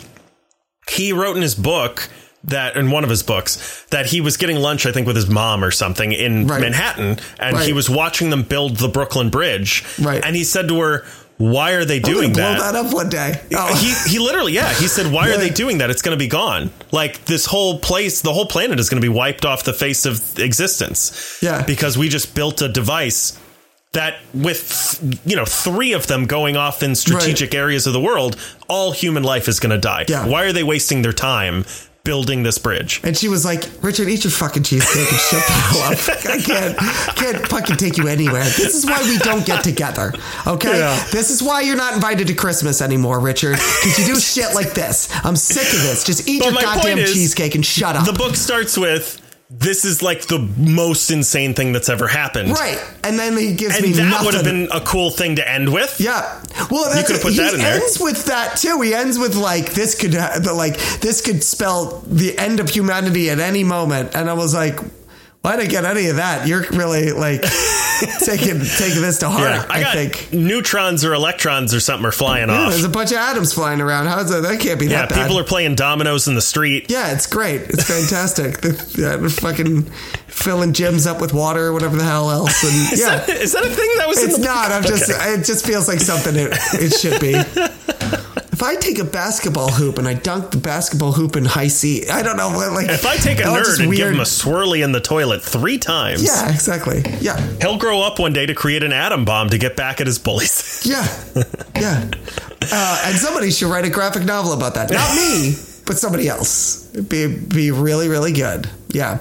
[SPEAKER 1] he wrote in his book that in one of his books that he was getting lunch, I think, with his mom or something in
[SPEAKER 2] Right.
[SPEAKER 1] Manhattan, and he
[SPEAKER 2] Right.
[SPEAKER 1] was watching them build the Brooklyn Bridge.
[SPEAKER 2] Right.
[SPEAKER 1] and he said to her, "Why are they doing
[SPEAKER 2] blow
[SPEAKER 1] that?"
[SPEAKER 2] that up one day. Oh,
[SPEAKER 1] He, he literally yeah he said why are
[SPEAKER 2] Yeah.
[SPEAKER 1] they doing that it's going to be gone like this whole place the whole planet is going to be wiped off the face of existence
[SPEAKER 2] Yeah.
[SPEAKER 1] because we just built a device that with you know three of them going off in strategic areas of the world all human life is going to die
[SPEAKER 2] Yeah.
[SPEAKER 1] why are they wasting their time building this bridge
[SPEAKER 2] and she was like, "Richard, eat your fucking cheesecake and shut the hell up. I can't, can't fucking take you anywhere. This is why we don't get together. Okay,
[SPEAKER 1] Yeah.
[SPEAKER 2] this is why you're not invited to Christmas anymore, Richard, because you do shit like this. I'm sick of this. Just eat
[SPEAKER 1] But
[SPEAKER 2] your
[SPEAKER 1] my point
[SPEAKER 2] goddamn
[SPEAKER 1] is,
[SPEAKER 2] cheesecake and shut up."
[SPEAKER 1] the book starts with this is like the most insane thing that's ever happened
[SPEAKER 2] right, and then he gives
[SPEAKER 1] and
[SPEAKER 2] me
[SPEAKER 1] that would
[SPEAKER 2] nothing.
[SPEAKER 1] have been a cool thing to end with
[SPEAKER 2] Yeah. Well, that's
[SPEAKER 1] could've put
[SPEAKER 2] he
[SPEAKER 1] that in there.
[SPEAKER 2] ends with that too. He ends with like this could ha- the, like this could spell the end of humanity at any moment, and I was like, why did I get any of that? You're really like taking taking this to heart.
[SPEAKER 1] Yeah, I,
[SPEAKER 2] I,
[SPEAKER 1] got
[SPEAKER 2] think.
[SPEAKER 1] neutrons or electrons or something are flying
[SPEAKER 2] Yeah,
[SPEAKER 1] off.
[SPEAKER 2] there's a bunch of atoms flying around. How is that? That can't be
[SPEAKER 1] yeah,
[SPEAKER 2] that bad.
[SPEAKER 1] people are playing dominoes in the street.
[SPEAKER 2] yeah, it's great. It's fantastic. the, yeah, fucking filling gyms up with water or whatever the hell else. And
[SPEAKER 1] Is,
[SPEAKER 2] yeah,
[SPEAKER 1] that, is that a thing that was
[SPEAKER 2] It's
[SPEAKER 1] in the
[SPEAKER 2] not. I'm just. It just feels like something it, it should be. if I take a basketball hoop and I dunk the basketball hoop in high C, I don't know what like.
[SPEAKER 1] If I take a
[SPEAKER 2] they're all just
[SPEAKER 1] nerd and give
[SPEAKER 2] weird-
[SPEAKER 1] him a swirly in the toilet three times,
[SPEAKER 2] yeah, exactly. Yeah,
[SPEAKER 1] he'll grow up one day to create an atom bomb to get back at his bullies.
[SPEAKER 2] yeah, yeah. Uh, and somebody should write a graphic novel about that. Not me, but somebody else. It'd be be really really good. Yeah.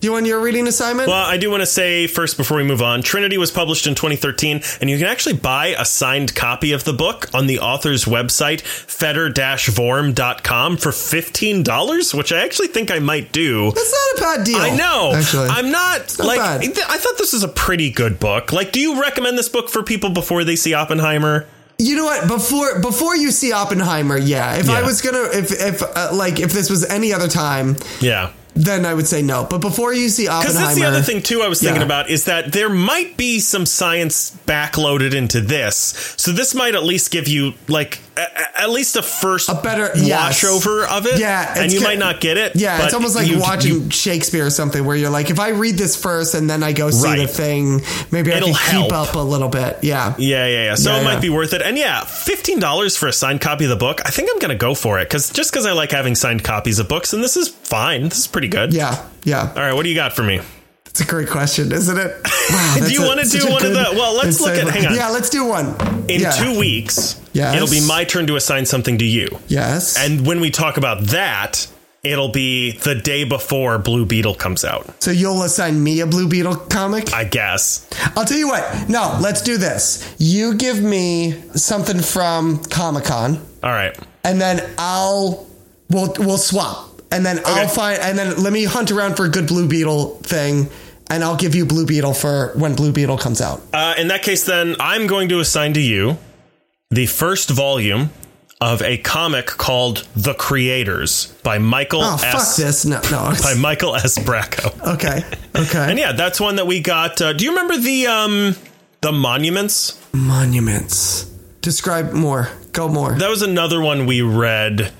[SPEAKER 2] Do you want your reading assignment?
[SPEAKER 1] well, I do want to say first before we move on, Trinity was published in 2013, and you can actually buy a signed copy of the book on the author's website, feder-vorm.com, for $15, which I actually think I might do.
[SPEAKER 2] That's not a bad deal.
[SPEAKER 1] I know.
[SPEAKER 2] Oh, Actually,
[SPEAKER 1] I'm not
[SPEAKER 2] not
[SPEAKER 1] like
[SPEAKER 2] bad.
[SPEAKER 1] th- I thought this was a pretty good book. Like, do you recommend this book for people before they see Oppenheimer?
[SPEAKER 2] You know what? Before before you see Oppenheimer, yeah. If I
[SPEAKER 1] Yeah.
[SPEAKER 2] was gonna, if if uh, like if this was any other time,
[SPEAKER 1] Yeah.
[SPEAKER 2] then I would say no. But before you see
[SPEAKER 1] Because
[SPEAKER 2] Oppenheimer,
[SPEAKER 1] that's the other thing too I was thinking
[SPEAKER 2] Yeah.
[SPEAKER 1] about is that there might be some science backloaded into this. So this might at least give you like a- a- at least a first a
[SPEAKER 2] better- yes.
[SPEAKER 1] wash over of it.
[SPEAKER 2] Yeah,
[SPEAKER 1] And
[SPEAKER 2] it's
[SPEAKER 1] you
[SPEAKER 2] ca-
[SPEAKER 1] might not get it.
[SPEAKER 2] Yeah, it's
[SPEAKER 1] but
[SPEAKER 2] almost like
[SPEAKER 1] you-
[SPEAKER 2] watching
[SPEAKER 1] you-
[SPEAKER 2] Shakespeare or something, where you're like, if I read this first and then I go see the
[SPEAKER 1] Right.
[SPEAKER 2] thing, maybe I
[SPEAKER 1] It'll
[SPEAKER 2] can keep
[SPEAKER 1] help.
[SPEAKER 2] up a little bit. Yeah,
[SPEAKER 1] yeah, yeah, yeah. So
[SPEAKER 2] Yeah,
[SPEAKER 1] it might
[SPEAKER 2] yeah.
[SPEAKER 1] be worth it. And yeah, fifteen dollars for a signed copy of the book. I think I'm gonna go for it because just because I like having signed copies of books, and this is fine. This is pretty good.
[SPEAKER 2] yeah, yeah.
[SPEAKER 1] All right, what do you got for me?
[SPEAKER 2] It's a great question, isn't it? Wow,
[SPEAKER 1] Do you
[SPEAKER 2] that's a-
[SPEAKER 1] wanna
[SPEAKER 2] such
[SPEAKER 1] do
[SPEAKER 2] a
[SPEAKER 1] one of
[SPEAKER 2] good
[SPEAKER 1] the- well, let's look
[SPEAKER 2] insight.
[SPEAKER 1] at- hang on.
[SPEAKER 2] Yeah, let's do one.
[SPEAKER 1] In
[SPEAKER 2] yeah.
[SPEAKER 1] two weeks,
[SPEAKER 2] Yes.
[SPEAKER 1] it'll be my turn to assign something to you.
[SPEAKER 2] Yes.
[SPEAKER 1] And when we talk about that, it'll be the day before Blue Beetle comes out,
[SPEAKER 2] so you'll assign me a Blue Beetle comic.
[SPEAKER 1] I guess.
[SPEAKER 2] I'll tell you what. No, let's do this. You give me something from Comic Con.
[SPEAKER 1] All right.
[SPEAKER 2] and then I'll we'll we'll swap, and then I'll
[SPEAKER 1] Okay.
[SPEAKER 2] find, and then let me hunt around for a good Blue Beetle thing, and I'll give you Blue Beetle for when Blue Beetle comes out.
[SPEAKER 1] Uh, in that case, then, I'm going to assign to you the first volume of a comic called The Creators by Michael
[SPEAKER 2] oh
[SPEAKER 1] S.
[SPEAKER 2] fuck this! No, no.
[SPEAKER 1] By Michael S. Bracco.
[SPEAKER 2] okay, okay.
[SPEAKER 1] And yeah, that's one that we got. Uh, do you remember the um the monuments?
[SPEAKER 2] Monuments. Describe more. Go more.
[SPEAKER 1] that was another one we read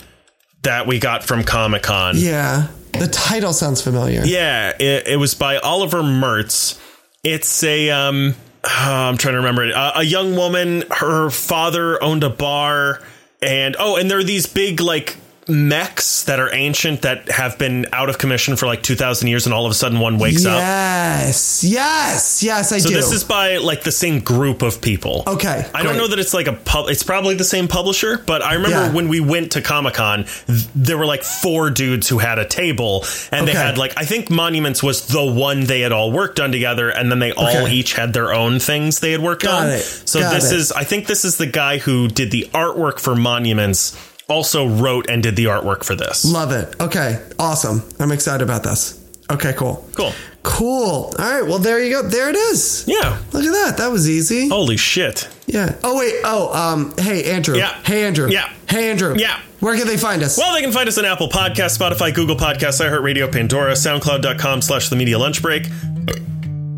[SPEAKER 1] that we got from Comic Con.
[SPEAKER 2] Yeah. The title sounds familiar.
[SPEAKER 1] Yeah, it, it was by Oliver Mertz. It's a um, uh, I'm trying to remember it. Uh, a young woman, her father owned a bar, and oh, and there are these big like mechs that are ancient that have been out of commission for like two thousand years, and all of a sudden one wakes up.
[SPEAKER 2] Yes. Yes. Yes, I
[SPEAKER 1] So
[SPEAKER 2] do.
[SPEAKER 1] this is by like the same group of people.
[SPEAKER 2] Okay,
[SPEAKER 1] I don't
[SPEAKER 2] great.
[SPEAKER 1] know that it's like a pub. It's probably the same publisher, but I remember
[SPEAKER 2] Yeah.
[SPEAKER 1] when we went to Comic Con, th- there were like four dudes who had a table, and they
[SPEAKER 2] Okay.
[SPEAKER 1] had like I think Monuments was the one they had all worked on together, and then they all
[SPEAKER 2] Okay.
[SPEAKER 1] each had their own things they had worked
[SPEAKER 2] Got
[SPEAKER 1] on.
[SPEAKER 2] it.
[SPEAKER 1] So
[SPEAKER 2] Got
[SPEAKER 1] this
[SPEAKER 2] it.
[SPEAKER 1] is I think this is the guy who did the artwork for Monuments. Also wrote and did the artwork for this.
[SPEAKER 2] Love it. Okay. Awesome. I'm excited about this. Okay, cool.
[SPEAKER 1] Cool.
[SPEAKER 2] Cool. All right. Well, there you go. There it is.
[SPEAKER 1] Yeah.
[SPEAKER 2] Look at that. That was easy.
[SPEAKER 1] Holy shit.
[SPEAKER 2] Yeah. Oh wait. Oh. Um. Hey, Andrew.
[SPEAKER 1] Yeah.
[SPEAKER 2] Hey, Andrew.
[SPEAKER 1] Yeah.
[SPEAKER 2] Hey, Andrew.
[SPEAKER 1] Yeah.
[SPEAKER 2] Where can they find us?
[SPEAKER 1] Well, they can find us on Apple Podcasts, Spotify, Google Podcasts, iHeartRadio, Pandora, SoundCloud.com slash the media lunch break.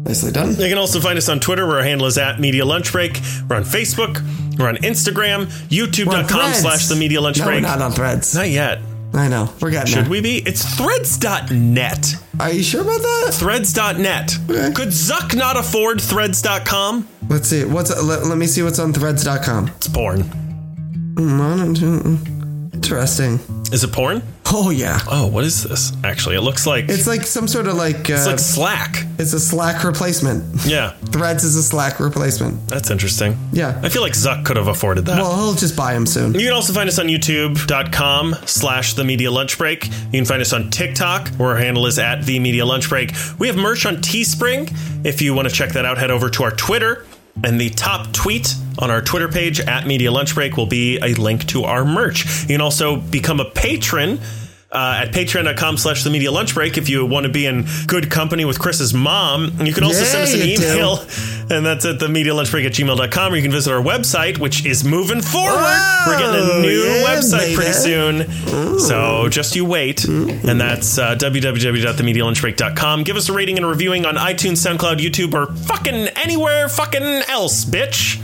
[SPEAKER 2] Nicely done.
[SPEAKER 1] You can also find us on Twitter, where our handle is at Media Lunch Break. We're on Facebook. We're on Instagram.
[SPEAKER 2] We're
[SPEAKER 1] YouTube.com
[SPEAKER 2] on Threads.
[SPEAKER 1] slash The Media Lunch
[SPEAKER 2] no,
[SPEAKER 1] Break.
[SPEAKER 2] We're not on threads.
[SPEAKER 1] Not yet.
[SPEAKER 2] I know. We're getting
[SPEAKER 1] Should
[SPEAKER 2] there.
[SPEAKER 1] we be? It's threads.net.
[SPEAKER 2] Are you sure about that?
[SPEAKER 1] Threads.net.
[SPEAKER 2] Okay.
[SPEAKER 1] Could Zuck not afford threads.com?
[SPEAKER 2] Let's see. What's let, let me see what's on threads.com.
[SPEAKER 1] It's porn.
[SPEAKER 2] Hmm, Interesting.
[SPEAKER 1] Is it porn?
[SPEAKER 2] Oh yeah.
[SPEAKER 1] Oh, what is this? Actually, it looks like it's,
[SPEAKER 2] It's like some sort of like uh,
[SPEAKER 1] like Slack.
[SPEAKER 2] it's a Slack replacement.
[SPEAKER 1] Yeah,
[SPEAKER 2] Threads is a Slack replacement.
[SPEAKER 1] that's interesting.
[SPEAKER 2] Yeah.
[SPEAKER 1] I feel like Zuck could have afforded that.
[SPEAKER 2] Well, he'll just buy them soon.
[SPEAKER 1] You can also find us on youtube.com slash the media lunch break. You can find us on TikTok, where our handle is at the media lunch break. We have merch on Teespring. If you want to check that out, head over to our Twitter. And the top tweet on our Twitter page at Media Lunch Break will be a link to our merch. You can also become a patron uh, at patreon.com slash the media lunch break if you want to be in good company with Chris's mom. You can also
[SPEAKER 2] Yeah,
[SPEAKER 1] send us an
[SPEAKER 2] you do.
[SPEAKER 1] email, and that's at the media lunch break at gmail.com, or you can visit our website, which is moving forward.
[SPEAKER 2] Oh,
[SPEAKER 1] We're getting a new
[SPEAKER 2] yeah,
[SPEAKER 1] website pretty
[SPEAKER 2] baby.
[SPEAKER 1] soon. So just you wait. And that's uh, www.themedialunchbreak.com. Give us a rating and a reviewing on iTunes, SoundCloud, YouTube, or fucking anywhere fucking else, bitch.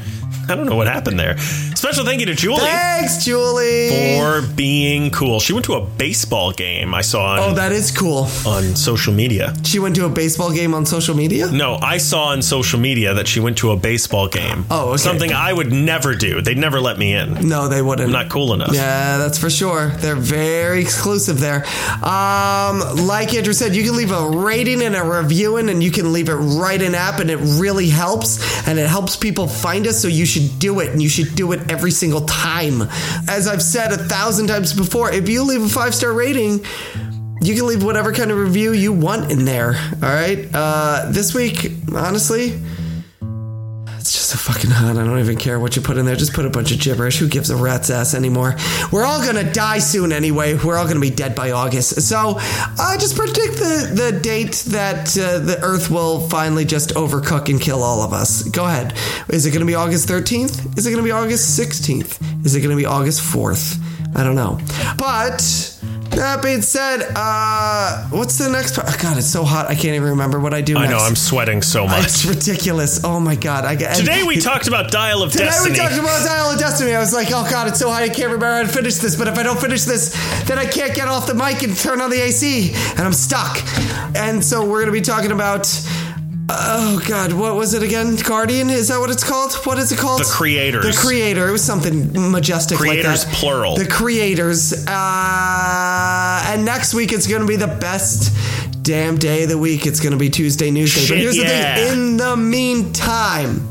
[SPEAKER 1] I don't know what happened there. Special thank you to Julie
[SPEAKER 2] Thanks, Julie.
[SPEAKER 1] for being cool. She went to a baseball game I saw on,
[SPEAKER 2] Oh, that is cool.
[SPEAKER 1] on social media.
[SPEAKER 2] She went to a baseball game on social media.
[SPEAKER 1] No, I saw on social media that she went to a baseball game.
[SPEAKER 2] Oh, okay.
[SPEAKER 1] Something I would never do. They'd never let me in.
[SPEAKER 2] No, they wouldn't.
[SPEAKER 1] Not cool enough.
[SPEAKER 2] Yeah, that's for sure. They're very exclusive there. Um, like Andrew said, you can leave a rating and a reviewing, and you can leave it right in app, and it really helps, and it helps people find us. So you should do it, and you should do it every single time. As I've said a thousand times before, if you leave a five star rating. You can leave whatever kind of review you want in there. All right. Uh, this week, honestly, it's just so fucking hot. I don't even care what you put in there. Just put a bunch of gibberish. Who gives a rat's ass anymore? We're all gonna die soon anyway. We're all gonna be dead by August. So, uh, just predict the the date that uh, the Earth will finally just overcook and kill all of us. Go ahead. Is it gonna be August 13th? Is it gonna be August 16th? Is it gonna be August 4th? I don't know. But that being said, uh, what's the next? part? God, it's so hot. I can't even remember what I do.
[SPEAKER 1] I
[SPEAKER 2] next.
[SPEAKER 1] know, I'm sweating so much.
[SPEAKER 2] It's ridiculous. Oh my god! I get
[SPEAKER 1] Today we talked about Dial of
[SPEAKER 2] Today
[SPEAKER 1] Destiny.
[SPEAKER 2] we talked about Dial of Destiny. I was like, oh god, it's so hot. I can't remember how to finish this. But if I don't finish this, then I can't get off the mic and turn on the AC, and I'm stuck. And so we're gonna be talking about. Oh god, what was it again? Guardian? Is that what it's called? What is it called?
[SPEAKER 1] The Creators.
[SPEAKER 2] The creator. It was something majestic
[SPEAKER 1] Creators,
[SPEAKER 2] like that.
[SPEAKER 1] plural.
[SPEAKER 2] The creators. Uh, and next week it's gonna be the best damn day of the week. It's gonna be Tuesday News Day.
[SPEAKER 1] Shit,
[SPEAKER 2] but here's the
[SPEAKER 1] yeah.
[SPEAKER 2] thing. In in the meantime,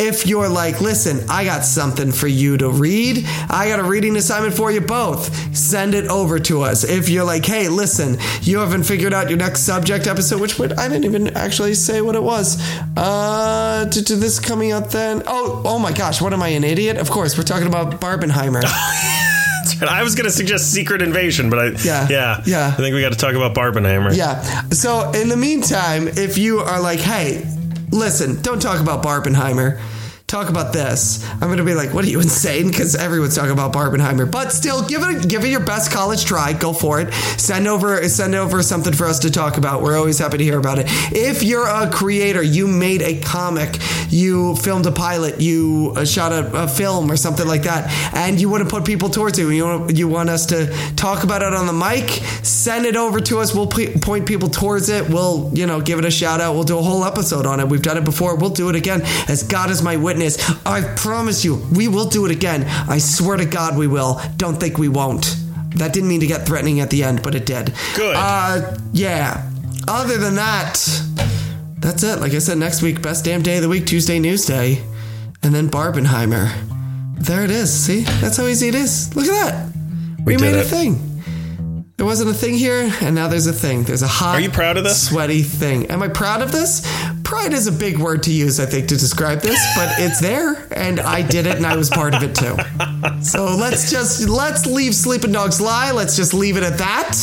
[SPEAKER 2] if you're like, listen, I got something for you to read, I got a reading assignment for you both, send it over to us. If you're like, hey, listen, you haven't figured out your next subject episode, which would, I didn't even actually say what it was. Uh, to, to this coming out then. Oh, oh my gosh, what am I, an idiot? Of course, we're talking about Barbenheimer.
[SPEAKER 1] I was going to suggest Secret Invasion, but I
[SPEAKER 2] Yeah.
[SPEAKER 1] yeah
[SPEAKER 2] Yeah.
[SPEAKER 1] I think we got to talk about Barbenheimer.
[SPEAKER 2] Yeah. So in the meantime, if you are like, hey, listen, don't talk about Barbenheimer. talk about this, I'm going to be like, what are you insane? Because everyone's talking about Barbenheimer. But still, give it give it your best college try. Go for it. Send over send over something for us to talk about. We're always happy to hear about it. If you're a creator, you made a comic, you filmed a pilot, you uh, shot a, a film or something like that, and you want to put people towards you. You want you want us to talk about it on the mic. Send it over to us. We'll p- point people towards it. We'll you know give it a shout out. We'll do a whole episode on it. We've done it before. We'll do it again. As God is my witness, I promise you, we will do it again. I swear to God, we will. Don't think we won't. That didn't mean to get threatening at the end, but it did.
[SPEAKER 1] Good.
[SPEAKER 2] Uh, yeah. Other than that, that's it. Like I said, next week, best damn day of the week, Tuesday news day, and then Barbenheimer. There it is. See, that's how easy it is. Look at that. We,
[SPEAKER 1] did
[SPEAKER 2] made a
[SPEAKER 1] it.
[SPEAKER 2] thing. There wasn't a thing here, and now there's a thing. There's a hot.
[SPEAKER 1] Are you proud of this?
[SPEAKER 2] Sweaty thing. Am I proud of this? Pride is a big word to use, I think, to describe this, but it's there, and I did it, and I was part of it too. So let's just let's leave sleeping dogs lie. Let's just leave it at that.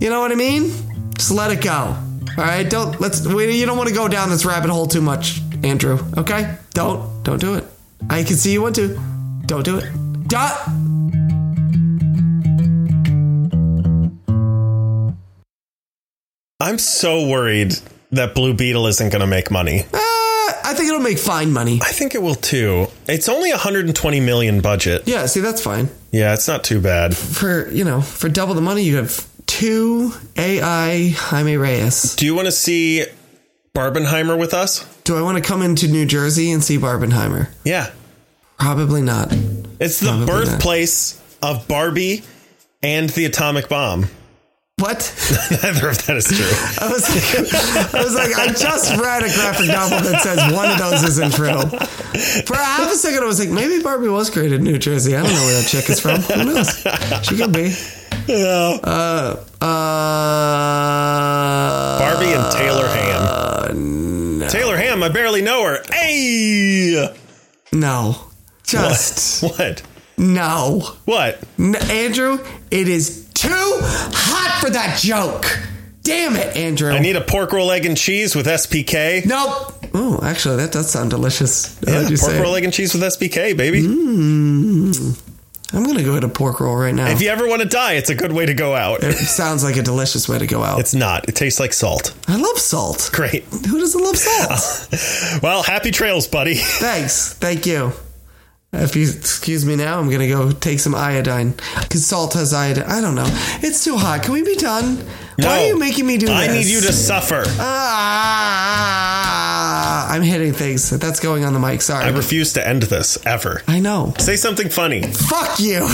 [SPEAKER 2] You know what I mean? Just let it go. All right. Don't let's. We, you don't want to go down this rabbit hole too much, Andrew. Okay. Don't don't do it. I can see you want to. Don't do it. Duh.
[SPEAKER 1] I'm so worried that Blue Beetle isn't going to make money.
[SPEAKER 2] Uh, I think it'll make fine money.
[SPEAKER 1] I think it will too. It's only 120 million budget.
[SPEAKER 2] Yeah. See, that's fine.
[SPEAKER 1] Yeah, it's not too bad.
[SPEAKER 2] for you know for double the money you have two AI Jaime Reyes.
[SPEAKER 1] Do you want to see Barbenheimer with us?
[SPEAKER 2] Do I want to come into New Jersey and see Barbenheimer?
[SPEAKER 1] Yeah.
[SPEAKER 2] Probably not.
[SPEAKER 1] It's the
[SPEAKER 2] Probably not.
[SPEAKER 1] birthplace of Barbie and the atomic bomb.
[SPEAKER 2] What?
[SPEAKER 1] Neither of that is true.
[SPEAKER 2] I was like, I was like, I just read a graphic novel that says one of those isn't true. For half a second, I was like, maybe Barbie was created in New Jersey. I don't know where that chick is from. Who knows? She could be. Uh,
[SPEAKER 1] Barbie and Taylor Ham. Taylor Ham, I barely know her. Hey,
[SPEAKER 2] no. Just
[SPEAKER 1] what?
[SPEAKER 2] no.
[SPEAKER 1] What?
[SPEAKER 2] N- Andrew, it is too hot for that joke. Damn it, Andrew.
[SPEAKER 1] I need a pork roll, egg, and cheese with SPK.
[SPEAKER 2] nope. Oh, actually, that does sound delicious. now
[SPEAKER 1] Yeah,
[SPEAKER 2] that you say Mm.
[SPEAKER 1] pork
[SPEAKER 2] it.
[SPEAKER 1] roll, egg, and cheese with SPK, baby.
[SPEAKER 2] I'm gonna go get a pork roll right now.
[SPEAKER 1] If you ever want to die, it's a good way to go out.
[SPEAKER 2] it sounds like a delicious way to go out.
[SPEAKER 1] It's not. It tastes like salt.
[SPEAKER 2] I love salt.
[SPEAKER 1] Great.
[SPEAKER 2] Who doesn't love salt?
[SPEAKER 1] Well, happy trails, buddy.
[SPEAKER 2] Thanks. Thank you. If you excuse me now, I'm gonna go take some iodine because salt has iodine. I don't know. It's too hot. Can we be done? Why
[SPEAKER 1] No.
[SPEAKER 2] are you making me do
[SPEAKER 1] I need
[SPEAKER 2] this?
[SPEAKER 1] you to suffer.
[SPEAKER 2] Ah, I'm hitting things. That's going on the mic. Sorry.
[SPEAKER 1] I refuse to end this ever.
[SPEAKER 2] I know.
[SPEAKER 1] Say something funny.
[SPEAKER 2] Fuck you.